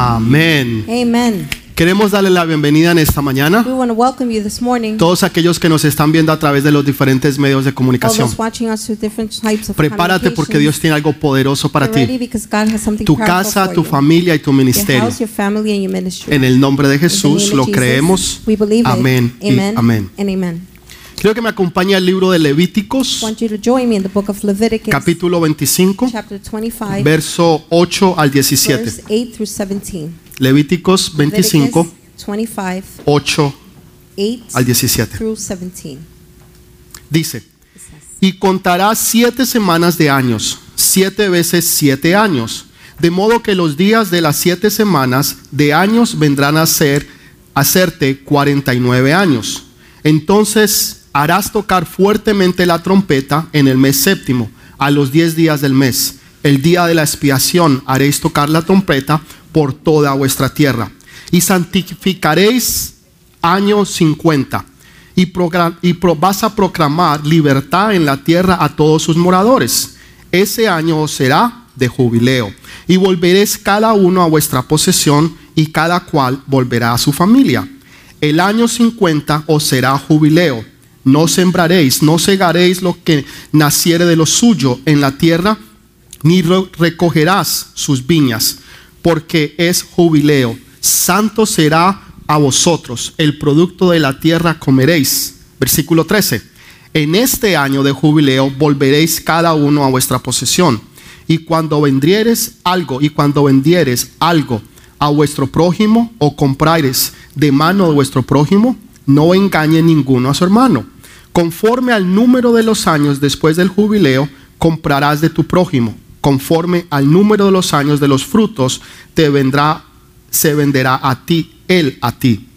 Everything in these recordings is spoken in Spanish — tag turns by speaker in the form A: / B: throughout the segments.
A: Amén.
B: Amen.
A: Queremos darle la bienvenida en esta mañana
B: We want to welcome you this morning.
A: todos aquellos que nos están viendo a través de los diferentes medios de
B: All
A: comunicación.
B: those watching us through different types of
A: Prepárate porque Dios
B: communications.
A: tiene algo poderoso para
B: Get
A: ti.
B: ready because God has something
A: Tu
B: powerful
A: casa,
B: for
A: tu
B: you.
A: familia y tu
B: Your
A: ministerio.
B: house, your family, and your ministry.
A: En el nombre de
B: In the name
A: Jesús
B: of
A: lo
B: Jesus,
A: creemos.
B: We believe
A: Amén
B: it.
A: y
B: Amen.
A: amén.
B: And amen.
A: Creo que me acompaña el libro de Levíticos,
B: I want you to join me in the book of Leviticus,
A: capítulo 25,
B: chapter 25,
A: verso 8 al 17.
B: verse 8 through 17.
A: Levíticos 25,
B: Leviticus 25,
A: 8
B: 8
A: al 17.
B: through 17.
A: Dice, y contarás siete semanas de años, siete veces siete años, de modo que los días de las siete semanas de años vendrán a ser, a hacerte cuarenta y nueve años. Entonces harás tocar fuertemente la trompeta en el mes séptimo, a los diez días del mes. El día de la expiación haréis tocar la trompeta por toda vuestra tierra. Y santificaréis año cincuenta y, progra- y pro- vas a proclamar libertad en la tierra a todos sus moradores. Ese año os será de jubileo y volveréis cada uno a vuestra posesión y cada cual volverá a su familia. El año 50 os será jubileo. No sembraréis, no segaréis lo que naciere de lo suyo en la tierra, ni ro- recogerás sus viñas, porque es jubileo. Santo será a vosotros, el producto de la tierra comeréis. Versículo 13. En este año de jubileo volveréis cada uno a vuestra posesión. Y cuando vendieres algo, y cuando vendieres algo a vuestro prójimo, o comprares de mano de vuestro prójimo, no engañe ninguno a su hermano. Conforme al número de los años después del jubileo, comprarás de tu prójimo. Conforme al número de los años de los frutos, te vendrá, se venderá a ti, él a ti.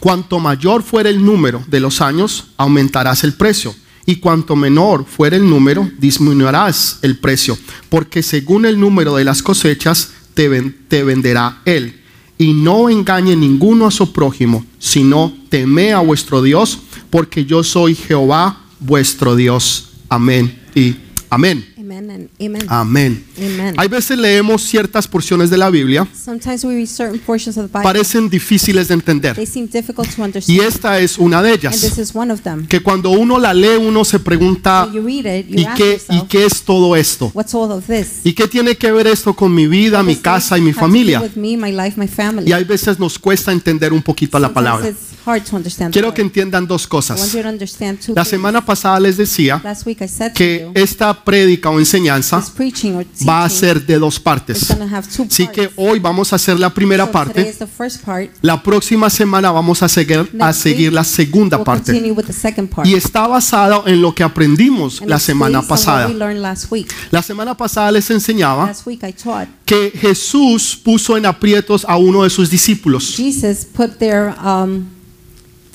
A: Cuanto mayor fuera el número de los años, aumentarás el precio. Y cuanto menor fuera el número, disminuirás el precio. Porque según el número de las cosechas, te, ven- te venderá él. Y no engañe ninguno a su prójimo, sino teme a vuestro Dios, porque yo soy Jehová vuestro Dios. Amén y amén.
B: Amen and amen.
A: Amén.
B: Amen.
A: Hay veces leemos ciertas porciones de la Biblia,
B: Sometimes we read certain portions of the Bible.
A: parecen difíciles de
B: They
A: entender.
B: seem difficult
A: Y
B: to understand.
A: esta es una de
B: And
A: ellas.
B: this is one of them.
A: que cuando uno la lee uno se pregunta
B: When you read it, you
A: ¿y
B: ask
A: qué, y
B: yourself,
A: qué es todo esto?
B: what's all of this?
A: ¿Y qué tiene que ver esto con mi vida, mi
B: This has
A: casa y
B: to
A: mi
B: do
A: familia?
B: With me, my life, my family.
A: Y hay veces nos cuesta entender un poquito a la palabra.
B: Sometimes it's hard to understand the
A: Quiero que
B: word.
A: entiendan dos
B: I want
A: cosas.
B: you to understand two
A: La
B: things.
A: semana pasada les decía
B: Last week I said to
A: que
B: you,
A: esta prédica o enseñanza
B: this preaching or teaching
A: va a ser de dos
B: is
A: partes.
B: going to have two
A: Así que
B: parts.
A: hoy vamos a hacer la primera
B: so today
A: parte.
B: is the first part.
A: La próxima semana vamos a seguir, a
B: Next
A: seguir
B: week,
A: la segunda
B: we'll
A: parte.
B: continue with the second part.
A: Y está basado en lo que aprendimos
B: And
A: la
B: it's
A: semana
B: based on what
A: pasada. Ah.
B: we learned last week.
A: La semana pasada les enseñaba
B: Last week I taught
A: que Jesús puso en aprietos a uno de sus discípulos.
B: Jesus put their um,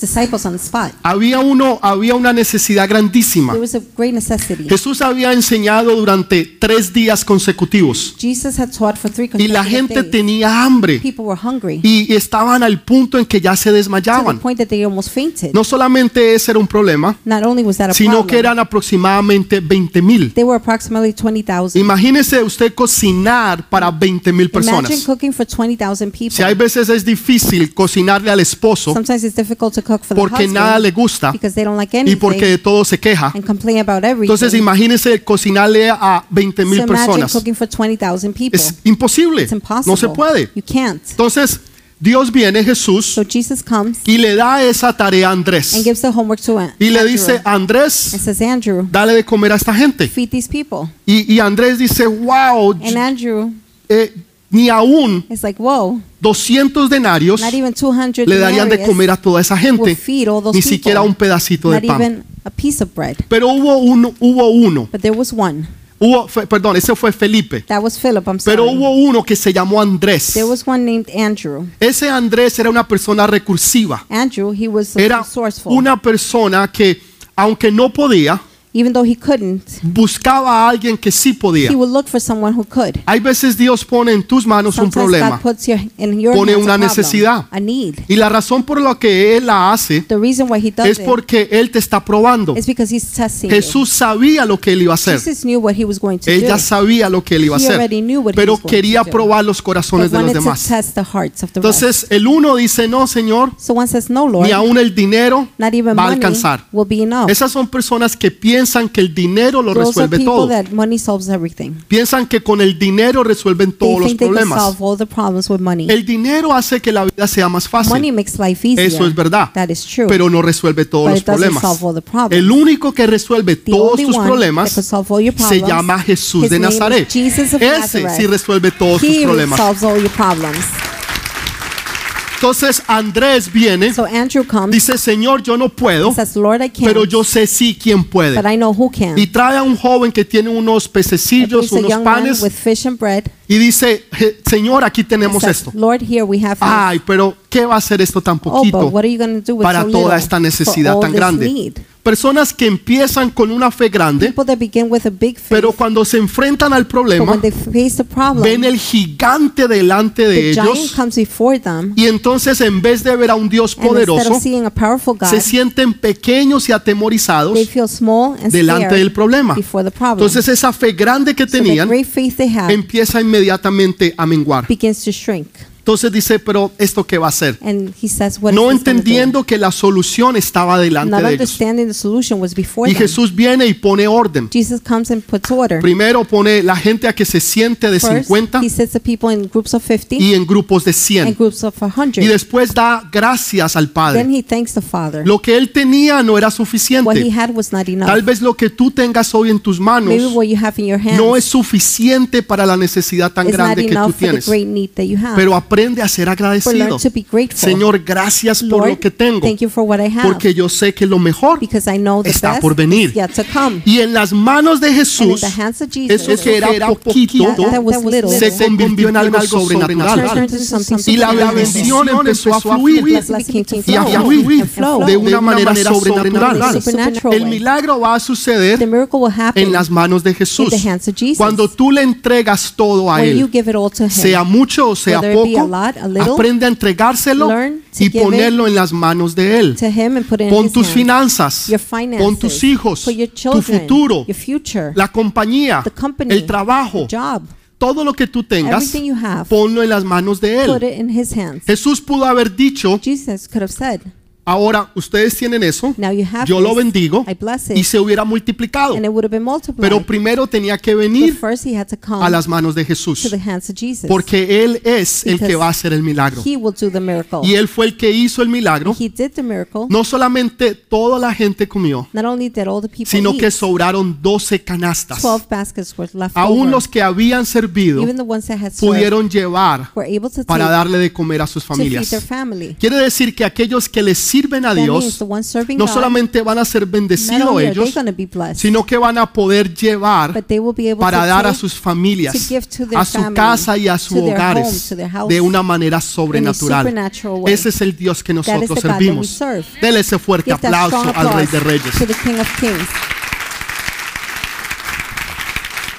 B: disciples on the spot.
A: Había uno, había una necesidad grandísima.
B: There was a great necessity.
A: Ah. Jesús había enseñado durante tres días consecutivos
B: Jesus had taught for three
A: y la
B: consecutive
A: gente
B: days.
A: tenía hambre
B: People were hungry
A: y estaban al punto en que ya se
B: to the
A: desmayaban.
B: point that they almost fainted.
A: No solamente ese era un problema,
B: Not only was that a
A: sino
B: problem,
A: que eran aproximadamente 20 mil.
B: they were approximately 20,000.
A: Imagínese usted cocinar para 20 mil
B: Imagine
A: personas.
B: cooking for 20,000 people.
A: Si hay veces es difícil cocinarle al esposo
B: Sometimes it's difficult to cook for the
A: porque
B: husband
A: nada le gusta
B: because they don't like
A: y
B: anything
A: porque de todo se queja.
B: and complain about everything.
A: Entonces imagínense cocinarle a 20
B: so
A: mil
B: imagine
A: personas.
B: cooking for 20,000 people.
A: Es imposible.
B: it's impossible.
A: No se puede.
B: You can't.
A: Entonces Dios viene Jesús
B: So Jesus comes
A: y le da esa tarea a
B: and
A: Andrés.
B: gives the homework to An-
A: Y le
B: Andrew
A: dice,
B: and
A: Andrés,
B: says, Andrew,
A: dale de comer a esta gente.
B: feed these people.
A: Y, y Andrés dice, wow,
B: And Andrew
A: eh, ni aún
B: is like, whoa,
A: 200 denarios
B: not even 200
A: le darían de
B: denarius
A: comer a toda esa
B: will
A: gente.
B: feed all those
A: Ni
B: people.
A: siquiera un pedacito de
B: not
A: pan.
B: even a piece of bread.
A: Pero hubo uno, hubo uno,
B: But there was one.
A: hubo, fue- perdón, ese fue Felipe.
B: That was Philip, I'm sorry.
A: Pero hubo uno que se llamó Andrés.
B: There was one named Andrew.
A: Ese Andrés era una persona recursiva.
B: Andrew, he was
A: Era
B: resourceful.
A: una persona que, aunque no podía,
B: Even though he couldn't,
A: buscaba a alguien que sí podía.
B: he would look for someone who could.
A: Hay veces Dios pone en tus manos un
B: Sometimes
A: problema
B: God puts your, in your
A: Pone
B: hands a
A: una
B: problem,
A: necesidad.
B: a need.
A: y la razón por la que Él la hace
B: The reason why he does
A: es porque Él te está probando.
B: it is because he's testing you.
A: Jesús sabía lo que Él iba a hacer.
B: Jesus knew what he was going to do.
A: Ella sabía lo que Él iba a
B: He
A: hacer,
B: already knew what he
A: pero
B: was going
A: quería
B: to do.
A: probar los corazones de
B: but
A: los
B: wanted to
A: demás.
B: test the hearts of the rest.
A: Entonces el uno dice, no, Señor,
B: So one says, no, Lord,
A: ni aún el dinero
B: not even
A: va a
B: money
A: alcanzar.
B: will be enough.
A: Esas son personas que piensan que el dinero lo
B: Those are
A: resuelve
B: people
A: todo.
B: that money solves everything.
A: Piensan que con el dinero resuelven todos
B: they
A: los
B: think they can
A: problemas.
B: solve all the problems with money.
A: El dinero hace que la vida sea más
B: money
A: fácil,
B: makes life easier.
A: Eso es verdad.
B: That is true.
A: pero no resuelve todos
B: But
A: los
B: it doesn't
A: problemas.
B: solve all the problems.
A: El único que resuelve
B: The
A: todos
B: only
A: tus
B: one
A: problemas
B: that could solve all your
A: se
B: problems,
A: llama Jesús
B: his
A: de
B: name is
A: Nazaret.
B: Jesus of
A: Ese
B: Nazareth.
A: sí resuelve todos tus
B: he
A: problemas.
B: solves all your problems.
A: Entonces Andrés viene,
B: So Andrew comes
A: dice, Señor, yo no puedo,
B: and says, Lord, I can't,
A: pero yo sé sí quién puede.
B: but I know who can.
A: Y trae a un joven que tiene unos
B: And
A: pececillos,
B: brings a
A: unos
B: young man
A: panes,
B: with fish and bread.
A: y dice, "Je- Señor, aquí
B: and
A: tenemos
B: says,
A: esto.
B: Lord, here we have this.
A: Ay, pero ¿qué va a hacer esto tan
B: oh, but
A: poquito
B: what are you going to do with
A: para
B: so little
A: toda esta
B: for
A: necesidad
B: all
A: tan
B: this
A: grande?
B: need?
A: Personas que empiezan con una fe grande,
B: People that begin with a big faith,
A: pero cuando se enfrentan al
B: but
A: problema,
B: when they face the problem,
A: ven el gigante delante de
B: the giant
A: ellos
B: comes before them,
A: y entonces en vez de ver a un Dios
B: and instead
A: poderoso,
B: of seeing a powerful God,
A: se sienten pequeños y atemorizados
B: they feel small and
A: delante
B: scared
A: del problema.
B: before the problem.
A: Entonces esa fe grande que
B: so the
A: tenían
B: great faith they have
A: empieza inmediatamente a menguar.
B: begins to shrink.
A: Entonces dice, pero ¿esto qué va a hacer?
B: And he says, what
A: No
B: is this gonna do?
A: entendiendo que la solución estaba delante
B: Not
A: de ellos.
B: understanding the solution was before
A: Y
B: them.
A: Jesús viene y pone orden.
B: Jesus comes and puts order.
A: Primero pone la gente a que se siente de
B: First,
A: 50
B: he sets the people in groups of 50
A: y en grupos de
B: and
A: 100.
B: groups of 100.
A: Y después da gracias al
B: Then
A: Padre.
B: he thanks the Father.
A: Lo que él tenía no era
B: What he
A: suficiente.
B: had was not enough.
A: Tal vez lo que tú tengas hoy en tus manos
B: Maybe what you have in your hands
A: no es suficiente para la necesidad tan
B: is not
A: grande que tú
B: enough for the
A: tienes.
B: great need that you have.
A: Pero aprende a ser
B: But
A: agradecido.
B: learn to be grateful.
A: Señor, gracias por lo
B: Lord,
A: que tengo,
B: thank you for what I have.
A: porque yo sé que lo mejor
B: because I know the
A: está
B: best
A: por venir.
B: is yet to come.
A: y en las manos de
B: And in
A: Jesús
B: the hands of Jesus,
A: eso que era poquito
B: that, that was little
A: se convirtió en algo sobrenatural
B: turned into something
A: y la, la bendición empezó a fluir
B: blessing became to
A: y a
B: flow,
A: fluir
B: and flow
A: de una manera
B: in a
A: sobrenatural.
B: supernatural
A: El
B: way.
A: milagro va a
B: The
A: suceder
B: miracle will happen
A: en las manos de
B: in
A: Jesús.
B: the hands of Jesus.
A: Cuando tú le entregas todo a
B: when you
A: Él,
B: give it all to him.
A: sea mucho o sea
B: Whether it be a
A: poco,
B: lot, a little,
A: aprende a entregárselo
B: learn to
A: y
B: give it
A: ponerlo en las manos de Él.
B: to him and put it in
A: Pon
B: his
A: tus
B: hands.
A: finanzas,
B: Your finances,
A: pon tus hijos,
B: put your
A: tu
B: children,
A: futuro,
B: your future,
A: la compañía,
B: the company,
A: el trabajo,
B: the job,
A: todo lo que tú tengas,
B: everything you have,
A: ponlo en las manos de
B: put
A: Él.
B: it in his hands.
A: Jesús pudo haber dicho,
B: Jesus could have said,
A: ahora ustedes tienen eso,
B: Now you have
A: yo lo
B: this.
A: bendigo
B: I bless it.
A: y se hubiera multiplicado.
B: and it would have been multiplied.
A: Pero primero tenía que
B: but
A: venir
B: first he had to come
A: a las manos de
B: to
A: Jesús,
B: the hands of Jesus.
A: porque Él es el que
B: Because
A: va a hacer el milagro.
B: he will do the miracle.
A: Y Él fue el que hizo el milagro.
B: he did the miracle.
A: No solamente toda la gente comió,
B: Not only did all the people
A: sino
B: eat,
A: que sobraron 12 canastas.
B: 12 baskets were left
A: Aún
B: over.
A: los que habían servido
B: Even the ones that had served
A: pudieron llevar
B: were able to
A: para
B: take
A: darle de comer a sus
B: to feed their
A: familias.
B: family.
A: Quiere decir que aquellos que les sirven a
B: That means
A: Dios
B: the ones serving
A: no
B: God,
A: solamente van a ser
B: not
A: bendecidos
B: only are
A: ellos,
B: they going to be blessed,
A: sino que van a poder llevar
B: but they will be able
A: para
B: to
A: dar a
B: take
A: sus familias,
B: to give to their
A: a su
B: family,
A: casa y a sus
B: to their home,
A: hogares
B: to their house,
A: de una manera sobrenatural.
B: supernatural way.
A: Ese es el Dios que
B: is the
A: nosotros
B: God Oh, that we
A: servimos.
B: serve.
A: Dele ese fuerte
B: Give that
A: aplauso
B: strong
A: al Rey
B: applause
A: de Reyes.
B: to the King of Kings.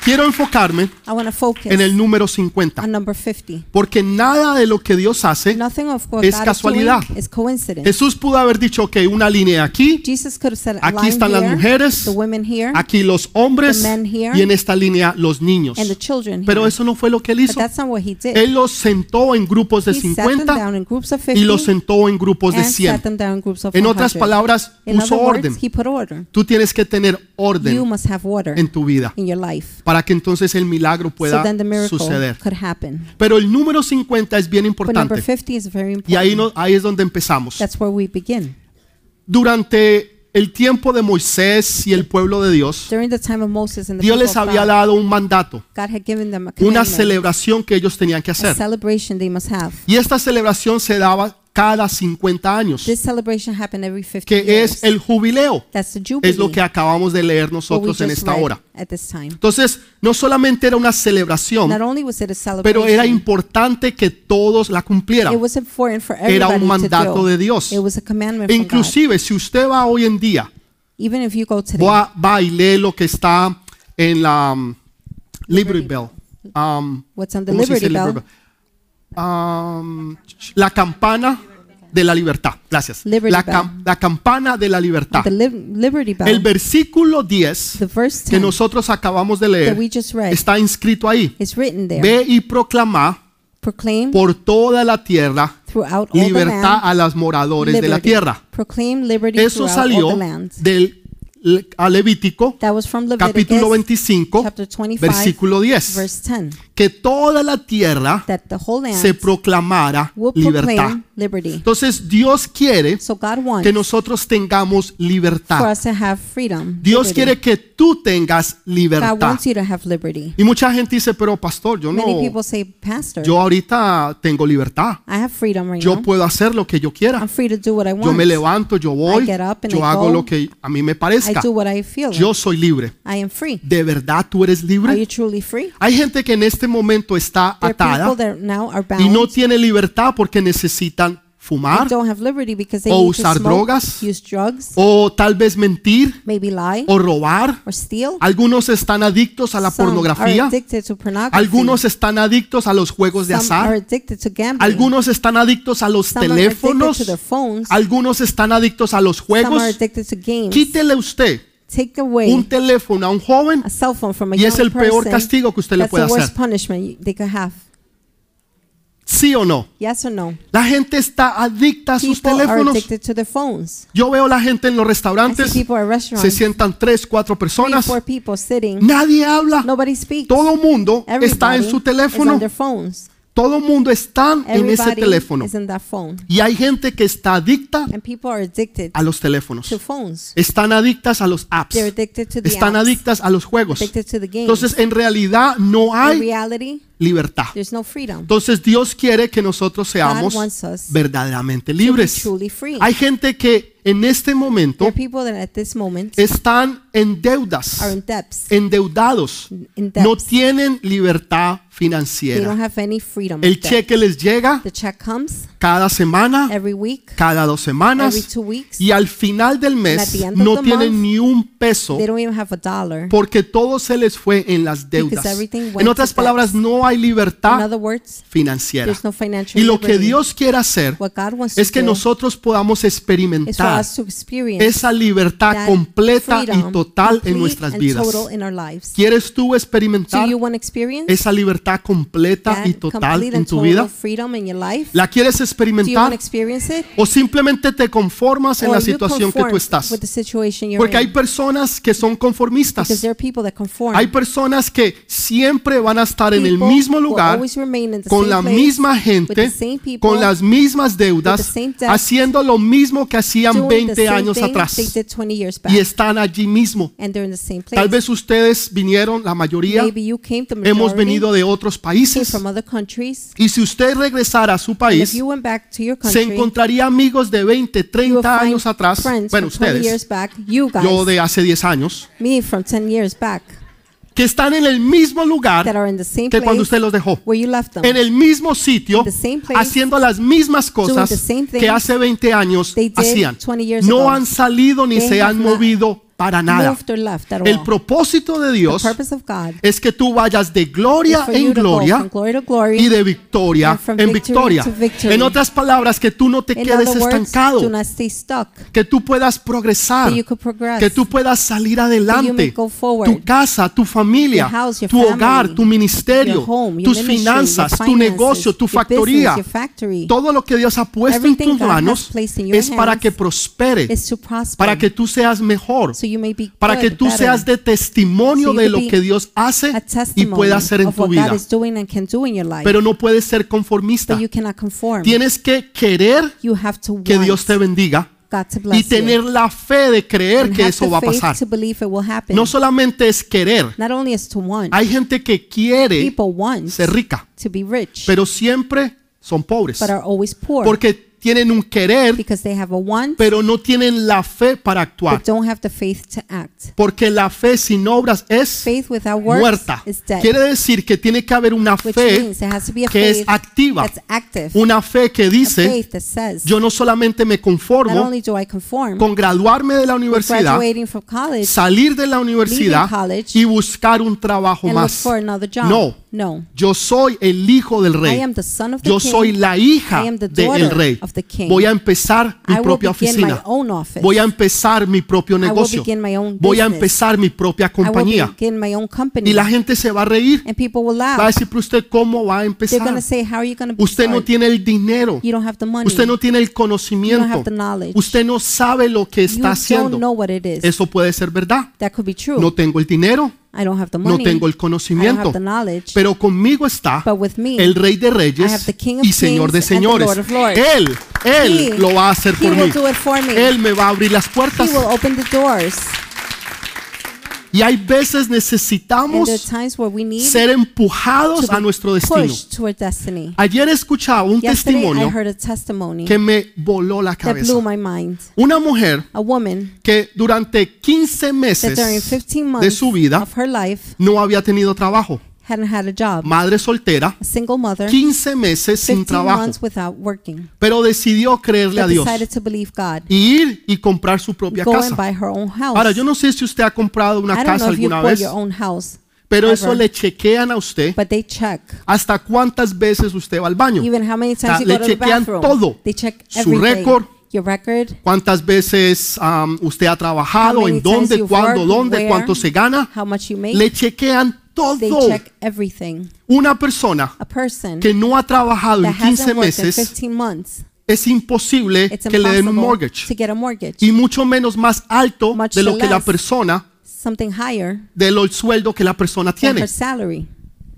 A: Quiero enfocarme
B: I want to focus
A: en el número 50,
B: on number 50.
A: porque nada de lo que Dios hace,
B: Nothing of what
A: Es
B: God is doing
A: casualidad.
B: is coincidence.
A: Jesús pudo haber dicho, ok, una línea aquí,
B: Jesus could have said,
A: Aquí
B: "Line
A: están las
B: here,
A: mujeres,
B: the women here,
A: aquí los hombres
B: The men here.
A: y en esta línea los niños.
B: and the children
A: Pero
B: here."
A: eso no fue lo que él
B: But
A: hizo.
B: that's not what he did.
A: Él los sentó en grupos de
B: he sat them
A: 50
B: down in groups of 50
A: y los sentó en grupos de
B: and sat
A: 100.
B: them down in groups of
A: En otras
B: 100.
A: palabras,
B: in other
A: puso orden.
B: words, he put order.
A: Tú tienes que tener
B: You
A: orden
B: must have order
A: en tu vida
B: in your life
A: para que entonces el milagro
B: so
A: pueda
B: then the miracle
A: suceder.
B: could happen.
A: Pero el número 50 es bien
B: But number
A: importante
B: 50 is very important.
A: y ahí, no- ahí es donde empezamos.
B: That's where we begin.
A: Durante el tiempo de Moisés y el pueblo de Dios,
B: During the time of Moses and the
A: Dios
B: people
A: les
B: of
A: había
B: God,
A: dado un mandato.
B: God had given them
A: una
B: a, commandment,
A: celebración que ellos tenían que
B: a
A: hacer.
B: celebration they must have.
A: Y esta celebración se daba cada 50 años,
B: This celebration happened every 50
A: que
B: years.
A: es el jubileo.
B: That's the Jubilee,
A: Es lo que acabamos de leer
B: what we
A: nosotros en
B: just
A: esta
B: read
A: hora.
B: at this time.
A: Entonces, no solamente era una celebración,
B: Not only was it a celebration,
A: pero era importante que todos la
B: it
A: cumplieran.
B: was important for
A: Era un
B: everybody to
A: mandato
B: do.
A: de Dios.
B: It was a commandment
A: E
B: from God.
A: inclusive, si usted va hoy en día
B: Even if you go today,
A: Va, va y lee lo que está en la um, Liberty Bell. Um,
B: what's on the
A: ¿cómo se dice
B: Liberty Bell?
A: Liberty Bell? Um, la campana de la libertad. Gracias.
B: Liberty
A: La,
B: Bell.
A: cam- la campana de la libertad.
B: The Lib- Liberty Bell.
A: El versículo 10
B: the verse 10
A: que nosotros acabamos de
B: that we
A: leer
B: just read
A: está inscrito ahí.
B: is written there.
A: Ve y proclama
B: proclaim
A: por toda la tierra
B: throughout all the
A: libertad
B: land.
A: a las moradores de la
B: liberty.
A: tierra.
B: Proclaim liberty
A: Eso
B: throughout all
A: salió
B: the land.
A: del a Levítico
B: That was from Leviticus
A: capítulo 25
B: chapter 25
A: versículo 10
B: verse 10
A: que toda la tierra
B: that the whole land
A: se proclamara
B: will
A: libertad.
B: proclaim liberty.
A: Entonces Dios quiere
B: So God wants
A: que nosotros tengamos
B: for
A: libertad.
B: us to have freedom.
A: Dios
B: liberty.
A: quiere que tú tengas
B: God
A: libertad.
B: wants you to have liberty.
A: Y mucha gente dice, pero pastor, yo no,
B: Many people say, Pastor,
A: yo ahorita tengo libertad.
B: I have freedom right
A: Yo
B: now.
A: puedo hacer lo que yo
B: I'm
A: quiera.
B: free to do what I want.
A: Yo me levanto, yo voy,
B: I get up and I
A: yo hago
B: go.
A: lo que a mí me
B: I
A: parezca.
B: do what I feel. like.
A: Yo soy libre.
B: I am free.
A: ¿De verdad tú eres
B: Are
A: libre?
B: you truly free?
A: Hay gente que en este momento está
B: There are people
A: atada
B: that now are bound.
A: y no tiene libertad porque necesitan
B: and
A: fumar
B: don't have liberty because they
A: o
B: need to
A: usar
B: smoke,
A: drogas,
B: use drugs,
A: o tal vez mentir
B: maybe lie
A: o robar.
B: or steal.
A: Algunos están adictos a la
B: Some are
A: pornografía.
B: addicted to pornography.
A: Algunos están adictos a los juegos de
B: Some
A: azar.
B: are addicted to gambling.
A: Algunos están adictos a los
B: Some are addicted
A: teléfonos.
B: to their phones.
A: Algunos están adictos a los
B: Some
A: juegos.
B: are addicted to games.
A: Quítele usted
B: Take away
A: un teléfono a un joven
B: a cell phone from a
A: y
B: young
A: es el peor
B: person.
A: castigo que usted le
B: That's
A: puede
B: the worst
A: hacer.
B: punishment you- they could have.
A: ¿Sí o no?
B: Yes or no?
A: La gente está adicta a sus
B: People are
A: teléfonos.
B: addicted to their phones.
A: Yo veo la gente en los
B: I see
A: restaurantes,
B: people at
A: se
B: restaurants,
A: sientan tres, cuatro
B: three,
A: personas,
B: four people sitting.
A: nadie habla,
B: Nobody speaks.
A: todo mundo está
B: Everybody
A: en su
B: is on
A: teléfono,
B: their phones.
A: todo mundo está en ese
B: Everybody
A: teléfono.
B: is in that phone.
A: Y hay gente que está adicta
B: And people are addicted
A: a los teléfonos,
B: to phones.
A: están adictas a los apps,
B: They're addicted to the
A: están
B: apps,
A: adictas a los juegos.
B: addicted to the games.
A: Entonces, en realidad no
B: In
A: hay
B: reality,
A: libertad.
B: there's no freedom.
A: Entonces Dios quiere que nosotros seamos
B: God wants us
A: verdaderamente
B: to be
A: libres.
B: truly free.
A: Hay gente que en este
B: There
A: momento
B: are people that at this moment
A: están en
B: are
A: deudas,
B: in debts.
A: endeudados,
B: in
A: no
B: debts.
A: tienen libertad
B: They don't
A: financiera.
B: have any freedom.
A: El
B: of debt.
A: cheque les llega
B: The check comes
A: cada semana,
B: every week,
A: cada dos
B: every
A: semanas
B: two weeks.
A: y al final del
B: at
A: mes
B: the end of
A: no
B: the
A: tienen
B: month,
A: ni un peso
B: They don't even have a dollar.
A: porque todo se les fue en las deudas.
B: everything went
A: En otras
B: to
A: palabras,
B: debts.
A: no hay
B: In
A: libertad
B: other words,
A: financiera.
B: there's no financial
A: Y lo que
B: liberty.
A: Dios quiere hacer
B: What God wants
A: es
B: to
A: que
B: do
A: nosotros podamos
B: is for
A: experimentar
B: us to experience
A: esa libertad
B: that
A: completa
B: freedom,
A: y total en
B: complete
A: nuestras
B: and
A: vidas.
B: total in our lives.
A: ¿Quieres tú experimentar
B: Do you want to experience
A: esa libertad completa
B: that
A: y total
B: complete
A: en
B: and
A: tu
B: total
A: vida?
B: freedom in your life?
A: ¿La quieres
B: Do you want to
A: experimentar
B: experience it?
A: o simplemente te conformas en
B: Or
A: la
B: you
A: situación que tú
B: conform
A: estás?
B: With the situation you're
A: Porque hay
B: in?
A: personas que son
B: Because
A: conformistas.
B: there are people that conform.
A: Hay personas que siempre van a estar en el
B: People
A: mismo
B: will
A: lugar,
B: always remain in the
A: con
B: same
A: la
B: place,
A: misma
B: with the
A: gente,
B: same people,
A: con las mismas
B: with
A: deudas,
B: the same debts,
A: haciendo lo mismo que hacían
B: doing the
A: 20
B: same
A: años
B: thing
A: atrás
B: They did 20 years back,
A: y están allí mismo.
B: and they're in the same place.
A: Tal vez ustedes vinieron, la mayoría,
B: Maybe you came, the
A: hemos
B: majority
A: venido de otros
B: came
A: países.
B: from other countries.
A: Y si usted regresara a su
B: And if
A: país,
B: you went back to your
A: se
B: country,
A: encontraría amigos de 20,
B: you will
A: 30
B: find
A: años atrás.
B: friends
A: Bueno,
B: from 20 years
A: ustedes,
B: back, you guys,
A: yo de hace 10 años,
B: me from 10 years back,
A: que están en el mismo
B: that
A: lugar
B: are in the same
A: que
B: place
A: cuando usted los dejó.
B: where you left them.
A: En el mismo sitio,
B: the same place,
A: haciendo las mismas cosas
B: the same
A: que
B: things
A: hace 20 años
B: they did
A: hacían.
B: 20 years
A: No
B: ago.
A: han salido ni
B: They
A: se
B: have
A: han
B: not
A: movido para nada.
B: Moved or left at
A: El
B: all.
A: propósito de
B: the
A: Dios
B: purpose of God
A: es que tú vayas de
B: is
A: gloria
B: for you
A: en
B: to go
A: gloria
B: from glory to glory.
A: y de victoria
B: and from
A: en
B: victory
A: victoria.
B: to victory.
A: En otras palabras, que tú no te
B: in
A: quedes
B: other words, do
A: estancado,
B: not stay stuck.
A: que tú puedas progresar,
B: That you could progress.
A: que tú puedas salir adelante.
B: may go forward.
A: Tu casa, tu familia,
B: Your house, your
A: tu hogar,
B: family,
A: tu ministerio,
B: your home, your
A: tus
B: ministry,
A: finanzas,
B: your
A: tu
B: finances,
A: negocio, tu
B: your
A: factoría.
B: business, your factory,
A: Todo lo que Dios ha puesto en
B: Everything
A: tus
B: God has
A: manos
B: placed in your
A: es para
B: hands
A: que prospere,
B: is to prosper.
A: para que tú seas mejor,
B: so you may be
A: para que
B: good,
A: tú
B: better,
A: seas de testimonio
B: So you
A: de
B: could
A: lo
B: be
A: que Dios hace
B: a
A: y
B: testimony
A: puede hacer en
B: of
A: tu
B: what
A: vida.
B: God is doing and can do in your life.
A: Pero no puedes ser conformista.
B: but you cannot conform.
A: Tienes que querer
B: you have to
A: que
B: want
A: Dios te bendiga
B: God to bless
A: y tener la fe de
B: you.
A: creer
B: and
A: que
B: have
A: eso
B: the
A: va a
B: faith
A: pasar.
B: to believe it will happen.
A: No solamente es querer,
B: Not only is to want,
A: hay gente que quiere
B: people want
A: ser rica,
B: to be rich,
A: pero siempre son pobres
B: but are always poor
A: porque tienen un querer,
B: because they have a want
A: pero no tienen la fe para actuar.
B: but don't have the faith to act.
A: Porque la fe sin obras es
B: Faith without works
A: muerta.
B: is dead,
A: Quiere decir que tiene que haber una
B: which
A: fe
B: means there has to be a
A: que es
B: faith
A: activa.
B: that's active,
A: una fe que
B: a
A: dice,
B: faith that says,
A: yo no solamente me
B: not
A: conformo
B: only do I conform,
A: con graduarme de la
B: with
A: universidad,
B: graduating from college
A: salir de la universidad
B: college
A: y buscar un trabajo
B: and look
A: más.
B: for another job.
A: No.
B: no.
A: Yo soy el hijo del
B: I
A: rey.
B: am the son of the
A: Yo
B: king.
A: soy la hija
B: I am the
A: del
B: daughter
A: rey.
B: of the king.
A: Voy a empezar mi
B: I will
A: propia
B: begin my
A: oficina.
B: own office.
A: Voy a empezar mi propio
B: will
A: negocio.
B: begin my own
A: Voy a
B: business.
A: empezar mi propia
B: I will
A: compañía.
B: begin my own company.
A: Y la gente se va a reír.
B: and people will laugh.
A: Va a decir, pero usted cómo va a
B: They're going
A: empezar.
B: to say, how are you going to
A: Usted no tiene el dinero.
B: You don't have the money.
A: Usted no tiene el conocimiento.
B: the knowledge.
A: Usted no sabe lo que
B: you
A: está
B: don't
A: haciendo.
B: know what it is.
A: Eso puede ser verdad.
B: that could be true.
A: No tengo el dinero,
B: I don't have the
A: no
B: money.
A: tengo el
B: I don't
A: conocimiento,
B: have the knowledge.
A: pero conmigo está
B: but with me,
A: el Rey de
B: I have
A: Reyes
B: the King of
A: y Señor de
B: Kings and the
A: Señores.
B: Lord of Lords.
A: Él, Él
B: He-
A: lo va a hacer
B: He
A: por
B: will
A: mí.
B: do it for me.
A: Él me va a abrir las puertas.
B: he will open the doors.
A: Y hay veces
B: And there are
A: necesitamos
B: times where we need
A: ser empujados
B: to
A: a
B: be
A: nuestro destino.
B: pushed toward destiny.
A: Ayer escuchaba un
B: Yesterday, I
A: testimonio
B: heard a testimony
A: que me voló la
B: that
A: cabeza.
B: blew my mind.
A: Una mujer
B: A woman
A: que durante 15
B: that during
A: meses
B: 15 months
A: de su vida
B: of her life
A: no había tenido trabajo.
B: hadn't had a job.
A: Madre soltera,
B: a single mother,
A: 15 meses sin
B: 15
A: trabajo,
B: months without working.
A: pero decidió creerle
B: But
A: a Dios
B: decided to believe God.
A: y ir y comprar su propia
B: Go and
A: casa.
B: buy her own house.
A: Ahora, yo no sé si usted ha comprado una
B: I don't
A: casa
B: know if you
A: alguna
B: bought
A: vez,
B: your own house,
A: pero eso
B: ever.
A: le chequean a usted
B: but they check
A: hasta cuántas veces usted va al baño,
B: even how many
A: sea,
B: times you
A: le
B: go to the
A: chequean
B: bathroom.
A: todo.
B: They check
A: Su
B: everything.
A: récord.
B: your record,
A: cuántas veces am, usted ha
B: how
A: trabajado,
B: many
A: en
B: times
A: dónde,
B: you've
A: cuándo,
B: worked,
A: dónde,
B: where,
A: cuánto se gana.
B: how much you make.
A: Le chequean
B: they
A: todo.
B: check everything.
A: Una persona
B: A person
A: que no ha trabajado
B: that
A: en 15
B: hasn't worked in
A: meses
B: 15 months,
A: es imposible
B: it's
A: que le den un
B: impossible
A: mortgage
B: to get a mortgage,
A: y mucho menos más alto
B: Much
A: de lo que la
B: less.
A: persona
B: something higher
A: del sueldo que la persona
B: than
A: tiene.
B: her salary.